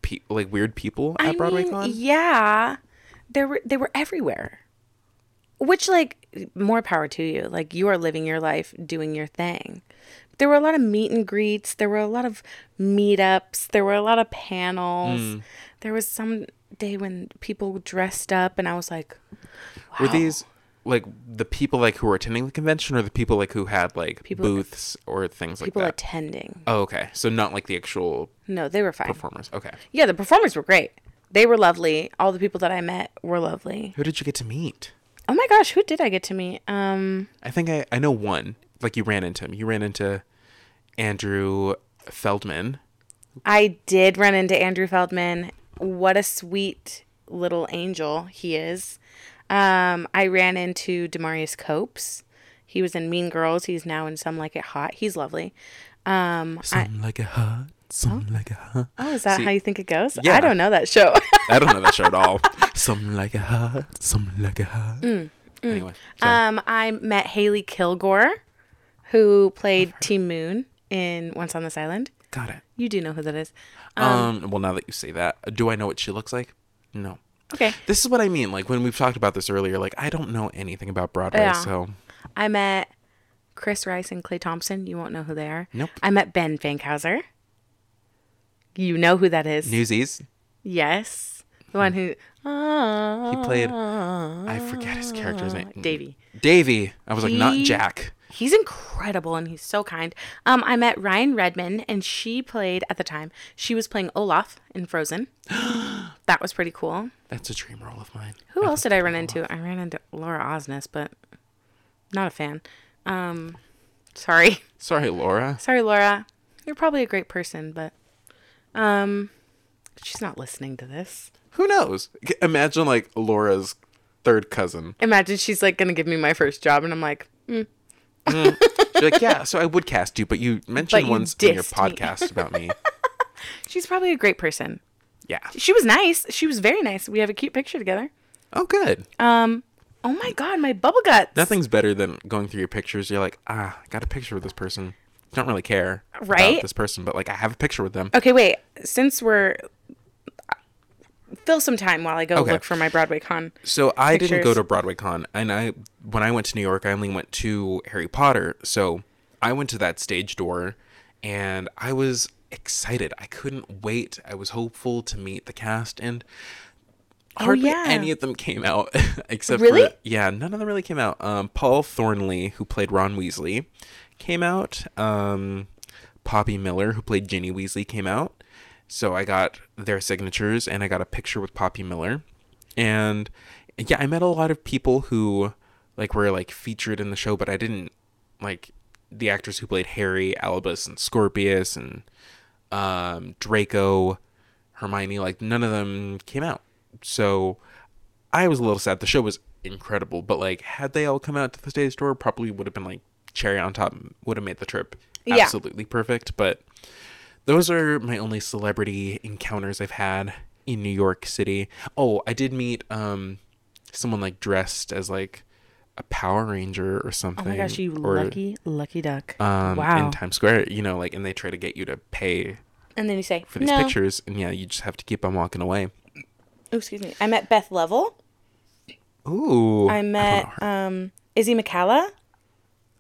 Pe- like weird people at
I
Broadway
mean,
Con?
Yeah, there were they were everywhere. Which like more power to you. Like you are living your life, doing your thing. There were a lot of meet and greets. There were a lot of meetups. There were a lot of panels.
Hmm.
There was some day when people dressed up, and I was like, wow.
Were these like the people like who were attending the convention, or the people like who had like booths or things like
people
that?
attending?"
oh, okay. So not like the actual
No, they were fine.
performers. Okay.
yeah, the performers were great. They were lovely. All the people that I met were lovely.
Who did you get to meet?
Oh my gosh, who did I get to meet? Um,
I think I, I know one. Like you ran into him. You ran into Andrew Feldman.
I did run into Andrew Feldman. What a sweet little angel he is. Um, I ran into Demarius Copes. He was in Mean Girls. He's now in Some Like It Hot. He's lovely. Um,
Some like a hot, some like a hot.
oh, is that how you think it goes? I
yeah.
don't know that show.
I don't know that show at all. some like a hot, some like a hot. Anyway, so
um, Mm, I met Haley Kilgore, who played Team Moon in Once on This Island.
got it.
You do know who that is.
Um, well, now that you say that, uh, do I know what she looks like? No.
Okay.
This is what I mean. Like when we've talked about this earlier, like I don't know anything about Broadway,
Yeah.
so
I met Chris Rice and Clay Thompson. You won't know who they are.
Nope.
I met Ben Fankhauser. You know who that is.
Newsies.
Yes. The one who uh,
He played. I forget his character's name.
Davy.
Davy. I was like, not
He-
Jack.
He's incredible and he's so kind. Um, I met Ryan Redman and she played at the time. She was playing Olaf in Frozen. that was pretty cool.
That's a dream role of mine.
Who else did I run into? I ran into Laura Osnes, but not a fan. Um, sorry.
Sorry, Laura.
Sorry, Laura. You're probably a great person, but um she's not listening to this.
Who knows? C- Imagine like Laura's third cousin.
Imagine she's like going to give me my first job and I'm like,
She's like, yeah, so I would cast you, but you mentioned
you
once in your
dissed me."
podcast about me.
she's probably a great person.
Yeah.
She was nice. She was very nice. We have a cute picture together.
Oh, good.
Oh my god, my bubble guts.
Nothing's better than going through your pictures. You're like, ah, I got a picture with this person. Don't really care
Right? Oh,
about this person, but like I have a picture with them.
Okay, wait. Since we're uh, fill some time while I go
Okay.
look for my Broadway con.
So I didn't go
Pictures.
to BroadwayCon, and I when I went to New York, I only went to Harry Potter. So I went to that stage door, and I was excited. I couldn't wait. I was hopeful to meet the cast, and hardly
Oh, yeah.
any of them came out except
Really?
for yeah, none of them really came out. Um, Paul Thornley, who played Ron Weasley, came out. Um, Poppy Miller, who played Ginny Weasley, came out. So I got their signatures and I got a picture with Poppy Miller. And yeah, I met a lot of people who like were like featured in the show, but I didn't like the actors who played Harry, Albus, and Scorpius, and um, Draco, Hermione, like none of them came out. So I was a little sad. The show was incredible, but like had they all come out to the stage door, probably would have been like cherry on top, would have made the trip
Yeah.
absolutely perfect. But those are my only celebrity encounters I've had in New York City. Oh, I did meet um someone like dressed as like a Power Ranger or something.
Oh my gosh, you
or,
lucky, lucky duck.
Um,
wow.
In Times Square, you know, like, and they try to get you to pay
and then you say,
for these
no.
pictures, and yeah, you just have to keep on walking away.
Oh, excuse me. I met Beth Level.
Ooh,
I
don't
met
know her.
um, Izzy McCalla.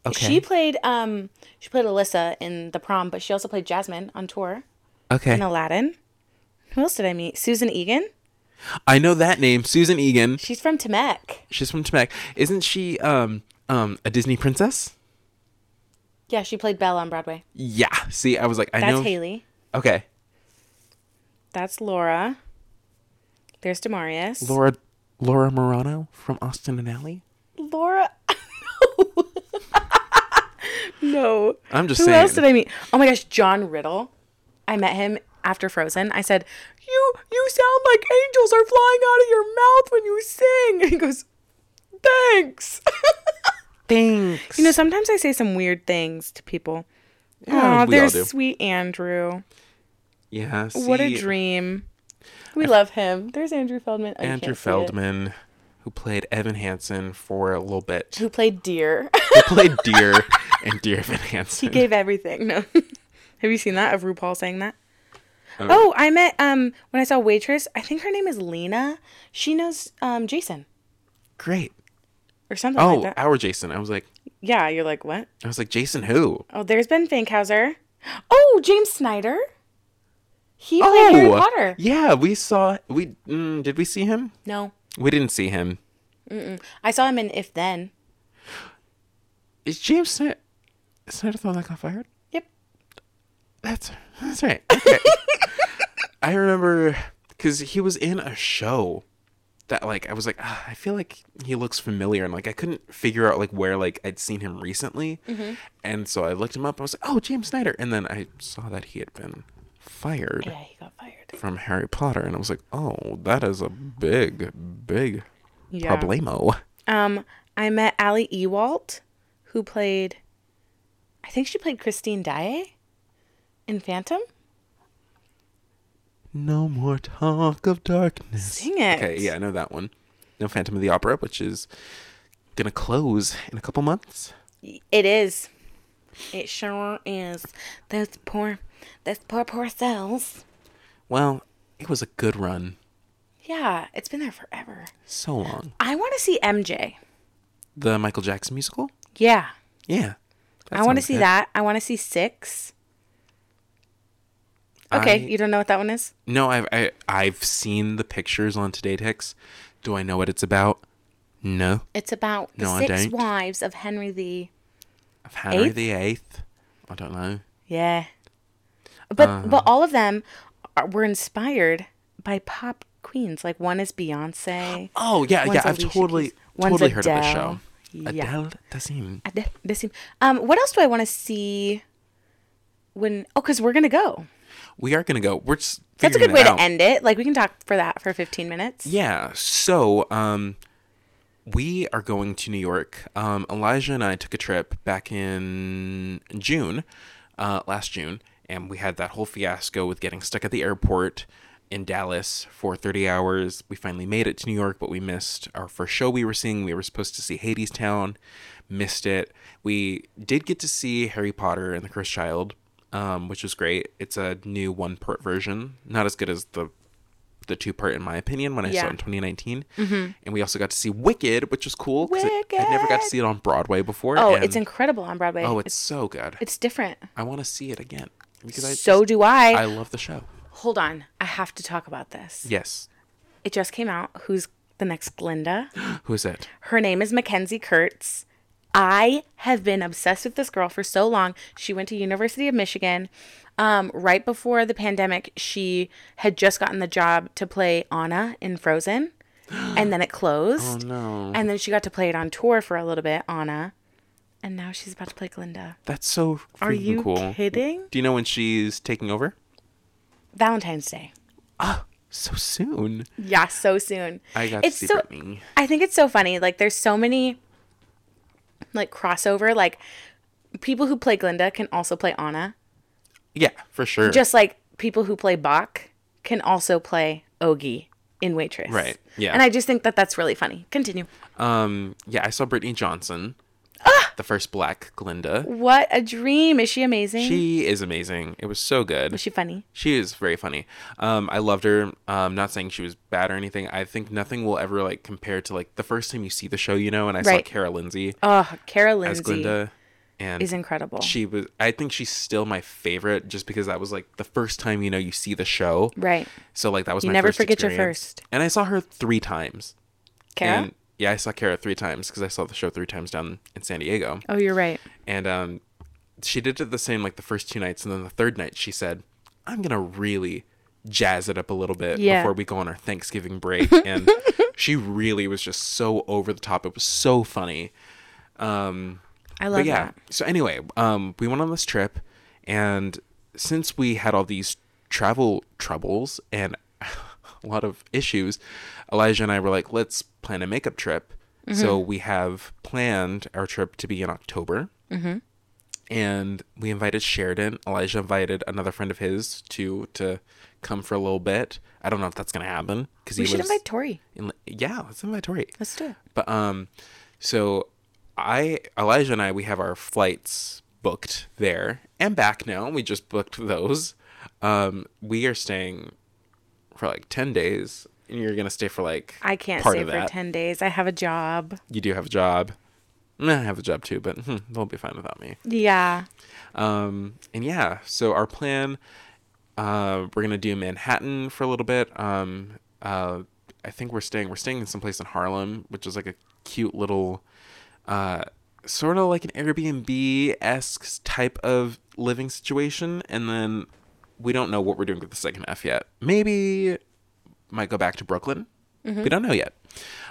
Okay.
She played um, she played Alyssa in The Prom, but she also played Jasmine on tour
okay,
in Aladdin. Who else did I meet? Susan Egan.
I know that name, Susan Egan.
She's from Temec.
She's from Temec. Isn't she um um a Disney princess?
Yeah, she played Belle on Broadway.
Yeah. See, I was like, I
That's
know.
Haley.
Okay,
That's Laura. There's Demarius.
Laura Laura Morano from Austin and Alley.
Laura. no.
I'm just
Who
saying.
else did I meet? Oh my gosh, John Riddle. I met him after Frozen. I said, "You you sound like angels are flying out of your mouth when you sing." And he goes, "Thanks."
Thanks.
you know, sometimes I say some weird things to people.
Yeah,
oh,
we all
there's
do.
sweet Andrew.
yeah.
What a
see,
dream. We love him. There's Andrew Feldman. Oh, you
Andrew
can't see it.
Feldman, who played Evan Hansen for a little bit,
who played Deer.
who played Deer and Deer Evan Hansen.
He gave everything. No. Have you seen that of RuPaul saying that? Oh, I met um when I saw waitress. I think her name is Lena. She knows um Jason
Great.
or something
Oh,
like that.
our Jason. I was like,
yeah, you're like what?
I was like, Jason who?
Oh, there's Ben Fankhauser. Oh, James Snyder. He played Harry Potter.
Oh, Yeah, we saw. We mm, did we see him?
No,
We didn't see him.
I saw him in If Then.
Is James Snyder, Snyder the one that got fired?
Yep.
That's that's right. Okay. I remember because he was in a show that like I was like ah, I feel like he looks familiar and like I couldn't figure out like where like I'd seen him recently,
Mm-hmm.
and so I looked him up. I was like, oh, James Snyder, and then I saw that he had been fired
Yeah, he got fired.
from Harry Potter, and I was like, oh, that is a big, big
Yeah.
problemo.
Um, I met Ali Ewalt, who played. I think she played Christine Daae in Phantom.
No more talk of darkness.
Dang it.
Okay, yeah, I know that one. No Phantom of the Opera, which is gonna close in a couple months.
It is. It sure is. Those poor, those poor, poor cells.
Well, it was a good run.
Yeah, it's been there forever.
So long.
I want to see MJ.
The Michael Jackson musical?
Yeah.
Yeah. That
I want to
sounds
see
good.
that. I want to see Six. Okay,
I-
you don't know what that one is?
No, I've I, I've seen the pictures on Today Text. Do I know what it's about? No.
It's about the
No, I
6
don't.
wives of Henry the.
Of Henry
Eighth?
the Eighth. I don't know.
Yeah. But
Uh-huh.
but all of them are, were inspired by pop queens. Like one is Beyonce.
Oh yeah,
One's
yeah. I've
Alicia
totally
Keys. One's
totally heard of the show.
Adele. Yeah.
Adele Tassim.
I did- this seem- Um, what else do I want to see? When oh, because we're gonna go.
We are gonna go. We're just
That's a
figuring
good way
it out.
to end it. Like we can talk for that for fifteen minutes.
Yeah. So, um, we are going to New York. Um, Elijah and I took a trip back in June, uh, last June, and we had that whole fiasco with getting stuck at the airport in Dallas for 30 hours. We finally made it to New York, but we missed our first show we were seeing. We were supposed to see Hades Town, missed it. We did get to see Harry Potter and the Cursed Child, um, which was great. It's a new one part version, not as good as the the two part in my opinion when I saw
Yeah. Mm-hmm.
it in 2019. And we also got to see Wicked, which was cool. 'cause it- I never got to
Wicked!
see it on Broadway before.
Oh,
and-
it's incredible on Broadway.
oh,
it's
it's so good.
it's different.
I want to see it again because I
So
just-
do I.
I love the show.
Hold on, I have to talk about this.
Yes.
It just came out. Who's the next Glinda?
Who is it?
Her name is Mackenzie Kurtz. I have been obsessed with this girl for so long. She went to University of Michigan. Um, right before the pandemic, she had just gotten the job to play Anna in Frozen, and then it closed.
Oh, No.
And then she got to play it on tour for a little bit, Anna, and now she's about to play Glinda.
That's so freaking
Are you
cool.
kidding?
Do you know when she's taking over?
Valentine's Day.
So soon.
Yeah, so soon.
I got
it's
to see
so,
Britney.
I think it's so funny. Like there's so many like crossover. Like people who play Glinda can also play Anna.
Yeah, for sure.
Just like people who play Bach can also play Ogie in Waitress.
Right, yeah.
And I just think that that's really funny. Continue.
Um, yeah, I saw Brittany Johnson,
Ah!
the first Black Glinda.
What a dream. Is she amazing?
She is amazing. It was so good.
Was she funny?
She is very funny. Um, I loved her. Um, not saying she was bad or anything. I think nothing will ever like compare to like the first time you see the show, you know. And I
Right.
saw Kara Lindsay
Oh, Kara
as
Lindsay
Glinda, and
is incredible.
she was. I think she's still my favorite, just because that was like the first time you know you see the show.
right.
So like that was
You
my
never
first
forget your
experience.
first.
And I saw her three times.
Kara?
And yeah, I saw Kara three times because I saw the show three times down in San Diego.
oh, you're right.
And um, she did it the same like the first two nights, and then the third night she said, "I'm gonna really jazz it up a little bit
Yeah.
before we go on our Thanksgiving break." and she really was just so over the top. It was so funny. Um,
I
but
love
yeah.
that.
So anyway, um, we went on this trip, and since we had all these travel troubles and a lot of issues, Elijah and I were like, let's plan a makeup trip. So
Mm-hmm.
we have planned our trip to be in October. Mm-hmm. And we invited Sheridan. Elijah invited another friend of his to to come for a little bit. I don't know if that's gonna happen because he
We should
lives.
invite Tori.
in, yeah, let's invite Tori.
Let's do it.
But um, so I Elijah and I we have our flights booked there and back now. We just booked those. Um, we are staying for like ten days, and you're gonna stay for like
I can't
part
stay
of
for
that.
10 days. I have a job.
You do have a job. Nah, I have a job too, but hmm, they'll be fine without me.
Yeah.
Um, and yeah, so our plan, uh, we're gonna do Manhattan for a little bit. Um, uh, I think we're staying we're staying in some place in Harlem, which is like a cute little, uh, sort of like an Airbnb esque type of living situation. And then we don't know what we're doing with the second half yet. Maybe might go back to Brooklyn.
Mm-hmm.
We don't know yet.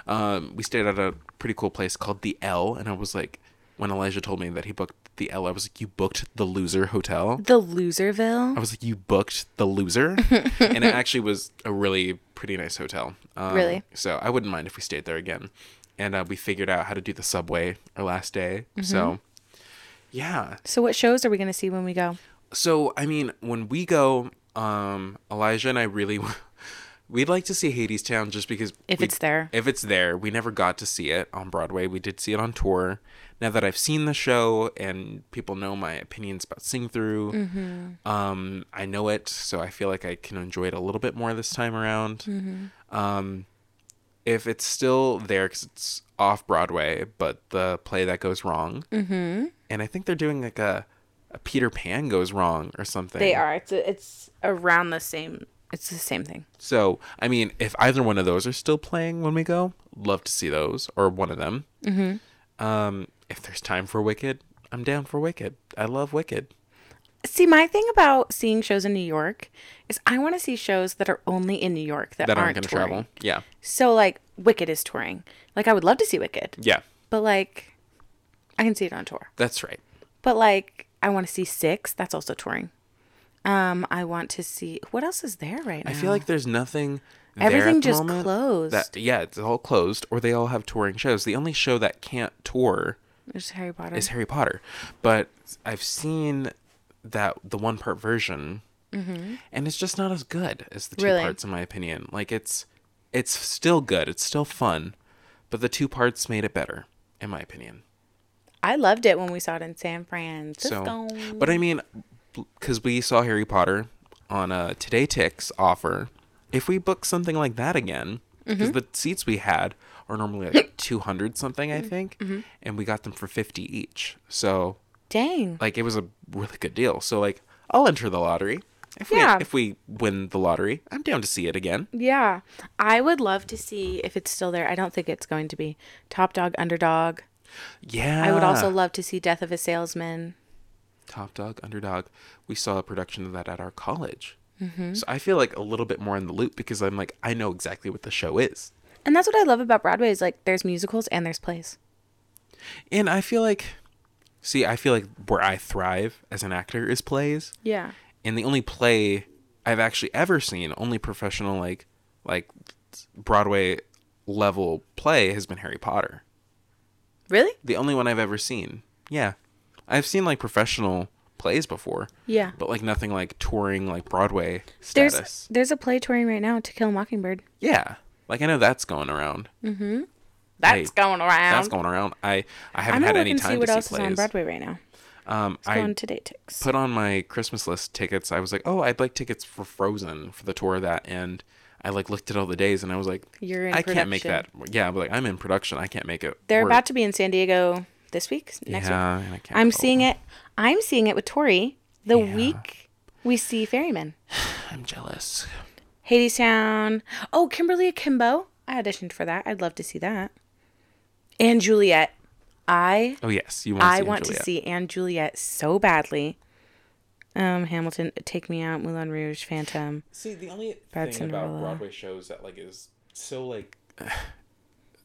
Um, we stayed at a pretty cool place called the L, and I was like, when Elijah told me that he booked the L, I was like, you booked the loser hotel.
The Loserville.
I was like, you booked the loser, and it actually was a really pretty nice hotel. Um,
Really?
So I wouldn't mind if we stayed there again. And uh, we figured out how to do the subway our last day.
Mm-hmm.
So, yeah.
So, what shows are we going to see when we go?
So I mean, when we go, um, Elijah and I really we'd like to see Hades Town just because
If
we-
it's there.
If it's there, we never got to see it on Broadway. We did see it on tour. Now that I've seen the show and people know my opinions about Sing Through, um, I know it, so I feel like I can enjoy it a little bit more this time around. Um, if it's still there because it's off Broadway, but the play that goes wrong, mm-hmm. and I think they're doing like a, a Peter Pan goes wrong or something.
They are. It's, it's around the same. It's the same thing.
So I mean, if either one of those are still playing when we go, love to see those or one of them. Mm-hmm. Um, if there's time for Wicked, I'm down for Wicked. I love Wicked.
See, my thing about seeing shows in New York is I want to see shows that are only in New York that,
That
aren't,
aren't gonna
touring.
travel. Yeah,
So, like, Wicked is touring. Like, I would love to see Wicked,
yeah,
but like, I can see it on tour.
that's right.
But like, I want to see Six. That's also touring. Um, I want to see what else is there right now.
I feel like there's nothing. there
Everything
at the
just
moment
closed.
That, yeah, it's all closed, or they all have touring shows. The only show that can't tour
there's Harry Potter.
is Harry Potter, but I've seen that the one part version, and it's just not as good as the two
Really?
parts, in my opinion. Like it's it's still good, it's still fun, but the two parts made it better, in my opinion.
I loved it when we saw it in San Francisco.
So, but I mean, because we saw Harry Potter on a Today Ticks offer, if we book something like that again, because the seats we had are normally like 200 something, I think, and we got them for 50 each. So,
Dang.
like, it was a really good deal. So, like, I'll enter the lottery. If we,
Yeah.
if we win the lottery, I'm down to see it again.
Yeah. I would love to see if it's still there. I don't think it's going to be. Top Dog Underdog.
Yeah.
I would also love to see Death of a Salesman.
Top Dog, Underdog. We saw a production of that at our college.
Mm-hmm.
So I feel like a little bit more in the loop because I'm like, I know exactly what the show is.
And that's what I love about Broadway is like there's musicals and there's plays.
And I feel like, see, I feel like where I thrive as an actor is plays.
Yeah.
And the only play I've actually ever seen, only professional like like Broadway level play has been Harry Potter.
Really?
The only one I've ever seen. Yeah. I've seen like professional plays before.
Yeah.
But like nothing like touring like Broadway status.
There's there's a play touring right now to kill a mockingbird.
yeah. Like I know that's going around.
That's
Hey,
going around.
That's going around. I I
I'm
haven't
gonna
had
look
any
and see
time
what
to
else
see
is on
plays.
Broadway right now.
Um
Go
I
on today ticks.
put on my Christmas list tickets. I was like, "Oh, I'd like tickets for Frozen for the tour of that." And I like looked at all the days and I was like,
You're in
I can't make that.
production.
Yeah, but like I'm in production. I can't make it.
They're
work."
about to be in San Diego this week, s- next week.
Yeah, and I can't
I'm
go.
seeing it. I'm seeing it with Tori the week we see Ferryman.
I'm jealous.
Hadestown. Oh, Kimberly Akimbo. I auditioned for that. I'd love to see that. And Juliet. I
Oh yes, you want.
I
to see
want to
Juliet.
see Anne Juliet so badly. Um, Hamilton, Take Me Out, Moulin Rouge, Phantom.
See, the only
Bad
thing
Cinderella.
about Broadway shows that like is so like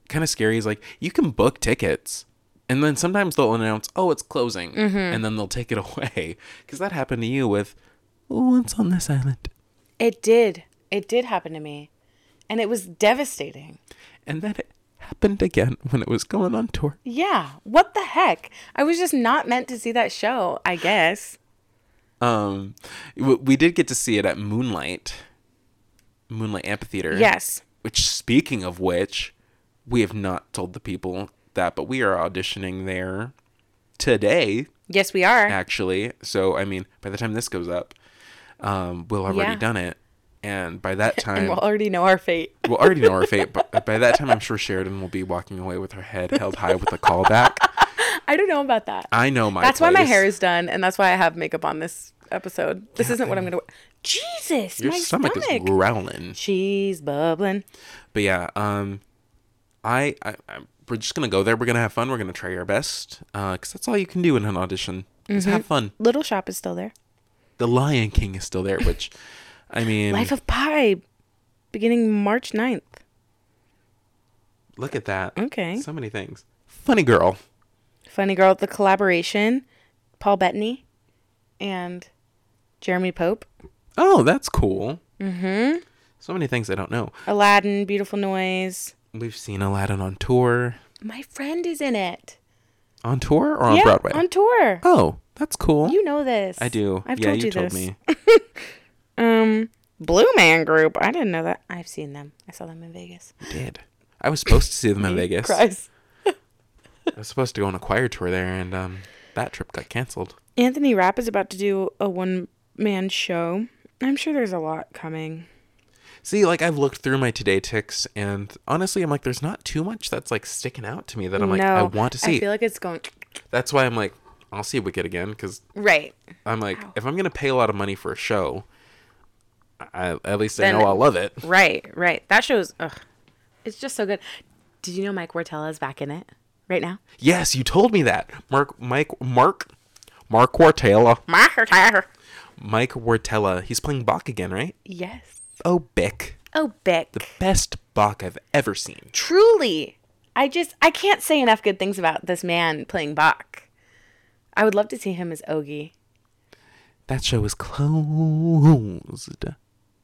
kind of scary is like you can book tickets, and then sometimes they'll announce, "Oh, it's closing," and then they'll take it away because that happened to you with "Once on This Island,"
It did. It did happen to me. And it was devastating.
and then it happened again when it was going on tour.
Yeah. What the heck? I was just not meant to see that show, I guess.
Um, w- we did get to see it at Moonlight, Moonlight Amphitheater.
Yes.
Which, speaking of which, we have not told the people that, but we are auditioning there today,
Yes, we are.
actually. So, I mean, by the time this goes up, um, we'll have already
Yeah.
done it. And by that time,
And we'll
we'll...
already know our fate.
already know our fate. But uh, by that time, I'm sure Sheridan will be walking away with her head held high with a callback.
I don't know about that.
I know my.
that's why my
place.
hair is done, and that's why I have makeup on this episode. This isn't what I'm going to wear. Jesus,
Your
my
stomach,
stomach.
is growling.
She's bubbling.
But yeah, um, I, I, I we're just gonna go there. We're gonna have fun. We're gonna try our best, uh, because that's all you can do in an audition is
Mm-hmm.
have fun.
Little Shop is still there.
The Lion King is still there, which, I mean,
Life of Pi, beginning March 9th.
look at that.
Okay.
so many things. Funny girl.
Funny Girl, the collaboration, Paul Bettany, and Jeremy Pope.
Oh, that's cool. Mm-hmm. So many things I don't know.
Aladdin, Beautiful Noise.
We've seen Aladdin on tour,
My friend is in it.
on tour or on
yeah,
Broadway.
on tour.
oh, that's cool.
You know this.
I do.
I've
yeah,
told
you,
you,
told
this.
me.
Blue Man Group. I didn't know that. I've seen them. I saw them in Vegas.
You did. I was supposed to see them in Vegas.
Christ.
I was supposed to go on a choir tour there, and um, that trip got canceled.
Anthony Rapp is about to do a one man show. I'm sure there's a lot coming.
See, like I've looked through my today ticks, and honestly, I'm like, there's not too much that's like sticking out to me that I'm like,
no,
I want to see.
I feel like it's going
that's why I'm like, I'll see Wicked again because
right.
I'm like, if I'm gonna pay a lot of money for a show, I, at least
Then-
I know I'll love it.
Right, right. That show's ugh. It's just so good. Did you know Mike Wartella is back in it right now?
Yes, you told me that, Mark, Mike, Mark, Mark Wartella,
Mike Wartella.
Mike Wartella. He's playing Bach again, right?
Yes.
Oh, Bick,
Oh, Beck.
best Bach I've ever seen.
Truly. I just I can't say enough good things about this man playing Bach. I would love to see him as Ogie.
That show is closed.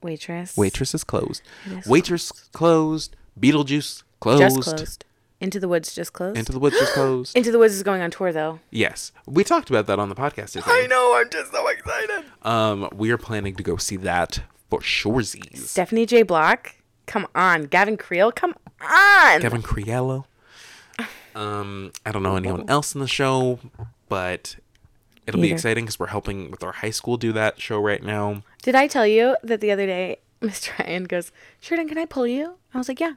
Waitress.
Waitress is closed. Waitress closed. Beetlejuice closed.
Just closed. Into the Woods just closed.
Into the Woods is closed.
Into the Woods is going on tour though.
yes, we talked about that on the podcast. I, think.
know, I'm just so excited.
Um, we are planning to go see that for Shoresies.
Stephanie J. Block, come on. Gavin Creel, come on.
Kevin Criello. Um, I don't know anyone else in the show, but it'll be
Either.
exciting because we're helping with our high school do that show right now.
Did I tell you that the other day, Mr. Ryan goes, Sheridan, can I pull you? I was like, yeah.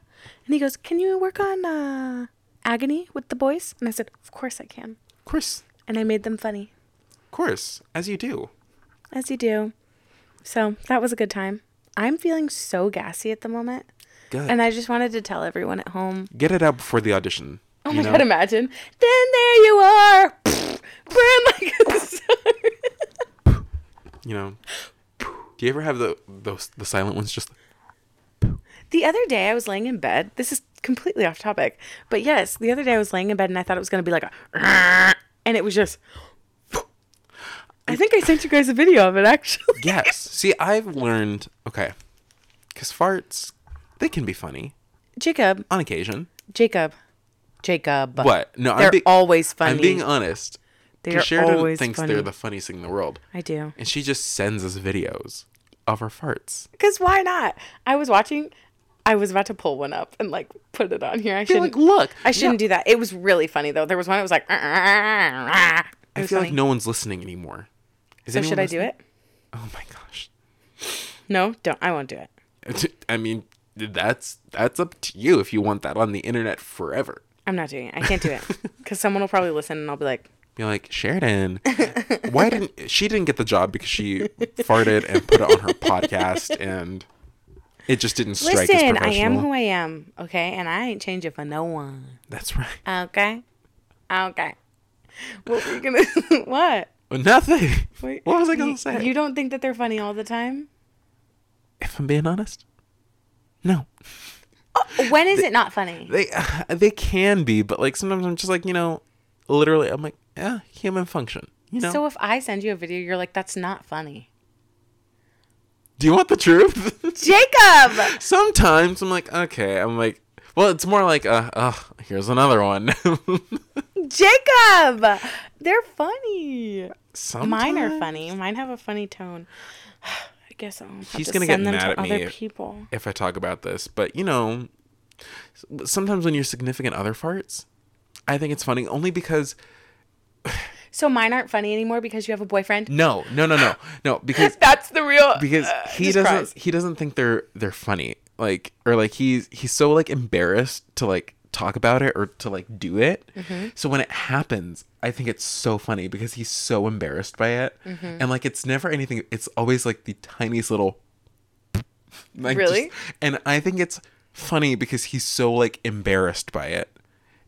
And he goes, can you work on uh, agony with the boys? And I said, of course I can.
Of course,
And I made them funny,
of course, as you do.
as you do. So that was a good time. I'm feeling so gassy at the moment.
Good.
And I just wanted to tell everyone at home.
Get it out before the audition.
Oh my God, imagine. Then there you are. Burn like a
You know. Do you ever have the those the silent ones just
The other day I was laying in bed. This is completely off topic, but yes, the other day I was laying in bed and I thought it was going to be like a, and it was just. I think I sent you guys a video of it actually.
Yes. See, I've learned okay, because farts they can be funny
Jacob,
on occasion.
Jacob, Jacob.
What? No,
They're
I'm be-
always funny.
I'm being honest.
They are
Because Sheridan
always
thinks
funny.
they're the funniest thing in the world.
I do.
And she just sends us videos of her farts.
Because why not? I was watching. I was about to pull one up and like put it on here. I
You're
shouldn't.
like, look.
I shouldn't do that. It was really funny thony, though. There was one. It was like. I
I feel like no one's listening anymore. Is
so
anyone
should I
listening?
do it?
Oh my gosh.
No, don't. I won't do it.
I mean, that's that's up to you if you want that on the internet forever.
I'm not doing it. I can't do it because someone will probably listen and I'll be like,
Be like Sheridan. Why didn't she didn't get the job because she farted and put it on her podcast and it just didn't strike as
"Listen, I
professional.
am who I am, okay, and I ain't changing for no one,
That's right.
okay, okay." What were you gonna? what?
Nothing.
Wait,
what was I
you-
gonna say?
You don't think that they're funny all the time?
if I'm being honest, no.
When is it not funny?
They they can be, but like sometimes I'm just like you know, literally I'm like yeah, human function. You know.
So if I send you a video, you're like, "That's not funny,"
Do you want the truth?
Jacob.
sometimes I'm like, okay, I'm like, well, it's more like, uh, oh, here's another one.
Jacob, they're funny.
Sometimes
Mine are funny. Mine have a funny tone. I guess I'll have
He's
to
gonna get
send them
mad
to
at me
other
if-
people.
If I talk about this, but you know, s- sometimes when your significant other farts, I think it's funny only because
So mine aren't funny anymore because you have a boyfriend.
no, no, no, no, no, because
That's the real
because
uh,
he
just
doesn't
cries.
he doesn't think they're they're funny like or like he's he's so like embarrassed to like talk about it or to like do it
Mm-hmm.
so when it happens i think it's so funny because he's so embarrassed by it
Mm-hmm.
and like it's never anything it's always like the tiniest little like, just-
Really?
and i think it's funny because he's so like embarrassed by it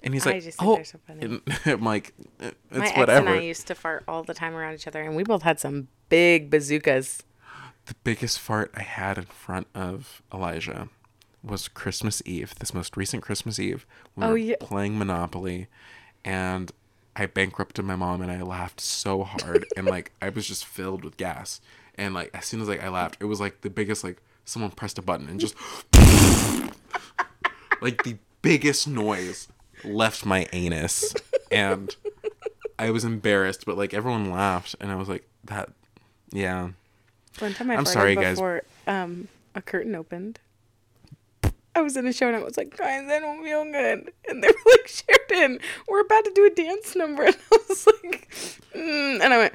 and he's
I
like
just think
oh
they're so funny.
and i'm like eh, it's
My
whatever
ex and I used to fart all the time around each other, and we both had some big bazookas.
The biggest fart I had in front of Elijah was Christmas Eve, this most recent Christmas Eve. We
Oh,
were
yeah.
playing Monopoly and I bankrupted my mom and I laughed so hard and like I was just filled with gas. And like as soon as like I laughed, it was like the biggest like someone pressed a button and just like the biggest noise left my anus and I was embarrassed, but like everyone laughed and I was like that yeah.
One time I
I'm
farted
sorry, guys.
before um, a curtain opened. I was in a show and I was like, guys, I don't feel good. And they were like, Sheridan, we're about to do a dance number. And I was like, mm, and I went,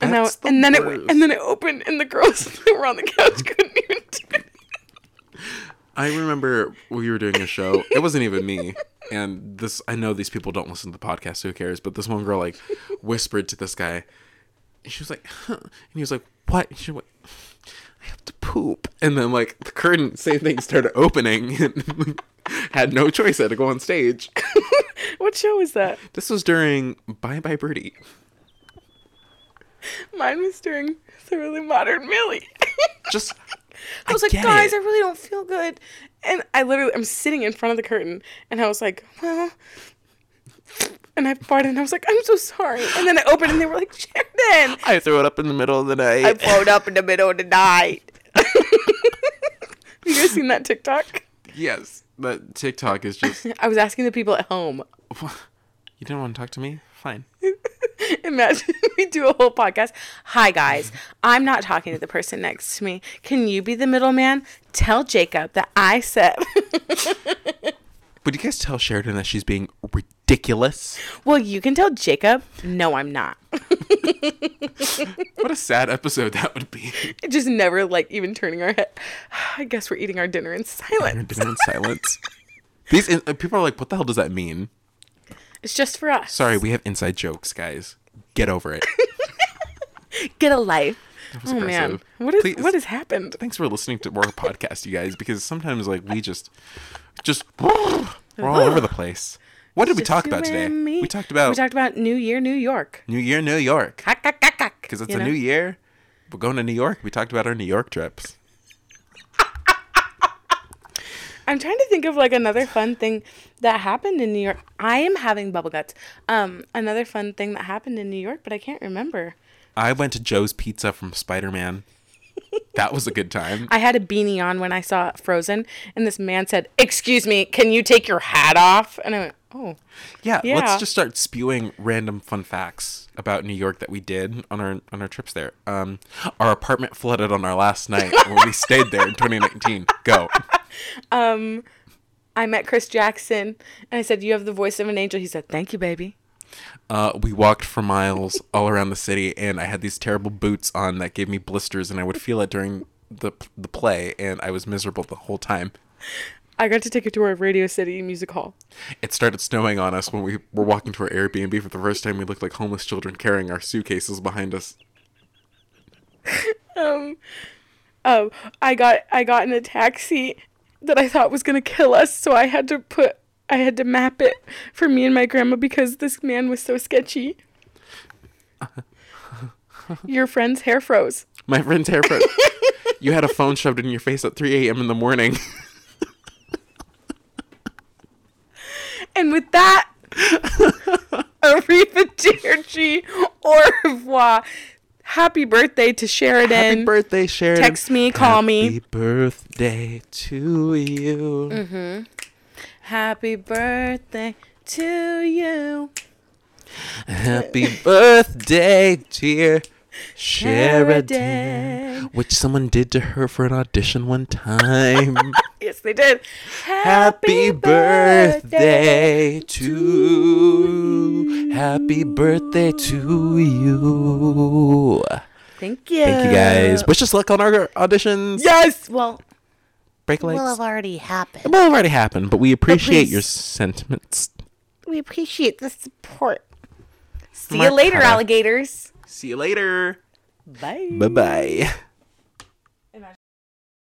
and, I,
That's the
and then it went-
worst.
and then it opened, and the girls that were on the couch couldn't even do it.
I remember we were doing a show. It wasn't even me. And this, I know these people don't listen to the podcast, so who cares? But this one girl, like, whispered to this guy. And she was like, huh. And he was like, what? And she went, I have to poop. And then, like, the curtain, same thing, started opening and had no choice. I had to go on stage.
What show was that?
This was during Bye Bye Birdie.
Mine was during Thoroughly Modern Millie.
Just,
I was like,
get
guys,
it."
I really don't feel good. And I literally, I'm sitting in front of the curtain, and I was like, well, and I farted, and I was like, I'm so sorry. And then it opened, and they were like, Sheridan.
I threw it up in the middle of the night.
blowed up in the middle of the night. you guys seen that TikTok?
yes. That TikTok is just, you
I was asking the people at home.
didn't want to talk to me? Fine.
Imagine we do a whole podcast. Hi guys, I'm not talking to the person next to me. Can you be the middleman? Tell Jacob that I said.
Would you guys tell Sheridan that she's being ridiculous?
well, you can tell Jacob. No, I'm not.
What a sad episode that would be.
just never like even turning our head. I guess we're eating our dinner in silence.
Dinner in silence. These in- uh, people are like, what the hell does that mean?
It's just for us.
Sorry, we have inside jokes, guys. Get over it.
Get a life. Oh man,
aggressive.
what is
Please.
what has happened?
Thanks for listening to our podcast, you guys, because sometimes like we just, just we're all over the place. What did we talk about today? We talked about
we talked about New Year, New York.
New Year, New York,
Because
because it's a new year. We're going to New York. We talked about our New York trips.
I'm trying to think of like another fun thing that happened in New York. I am having bubble guts. Um, another fun thing that happened in New York, but I can't remember.
I went to Joe's Pizza from Spider Man. That was a good time.
I had a beanie on when I saw Frozen, and this man said, "Excuse me, can you take your hat off?" And I went, "Oh,
Yeah,
Yeah.
let's just start spewing random fun facts about New York that we did on our on our trips there. Um, our apartment flooded on our last night when we stayed there in 2019. Go.
I met Chris Jackson." And I said, "You have the voice of an angel." He said, "Thank you, baby."
Uh, we walked for miles all around the city, and I had these terrible boots on that gave me blisters, and I would feel it during the the play, and I was miserable the whole time.
I got to take a tour of Radio City Music Hall.
It started snowing on us when we were walking to our Airbnb for the first time. We looked like homeless children carrying our suitcases behind us.
um, I got I got in a taxi that I thought was gonna kill us, so I had to put I had to map it for me and my grandma because this man was so sketchy. Your friend's hair froze.
My friend's hair froze. you had a phone shoved in your face at 3 a.m. in the morning.
And with that, Aretha Deartree, au revoir. Happy birthday to Sheridan.
Happy birthday, Sheridan.
Text me, call me.
Happy birthday to you.
Happy birthday to you.
Happy birthday, dear Sheridan.
Sheridan.
Which someone did to her for an audition one time.
Yes, they did.
Happy birthday to Happy birthday to you.
Thank you.
Thank you guys. Wish us luck on our auditions.
Yes. Well,
Break legs.
will have already happened.
It will have already happened, but we appreciate your
please-
sentiments.
We appreciate the support.
see
My
you later,
product.
alligators.
See you later.
Bye.
Bye bye.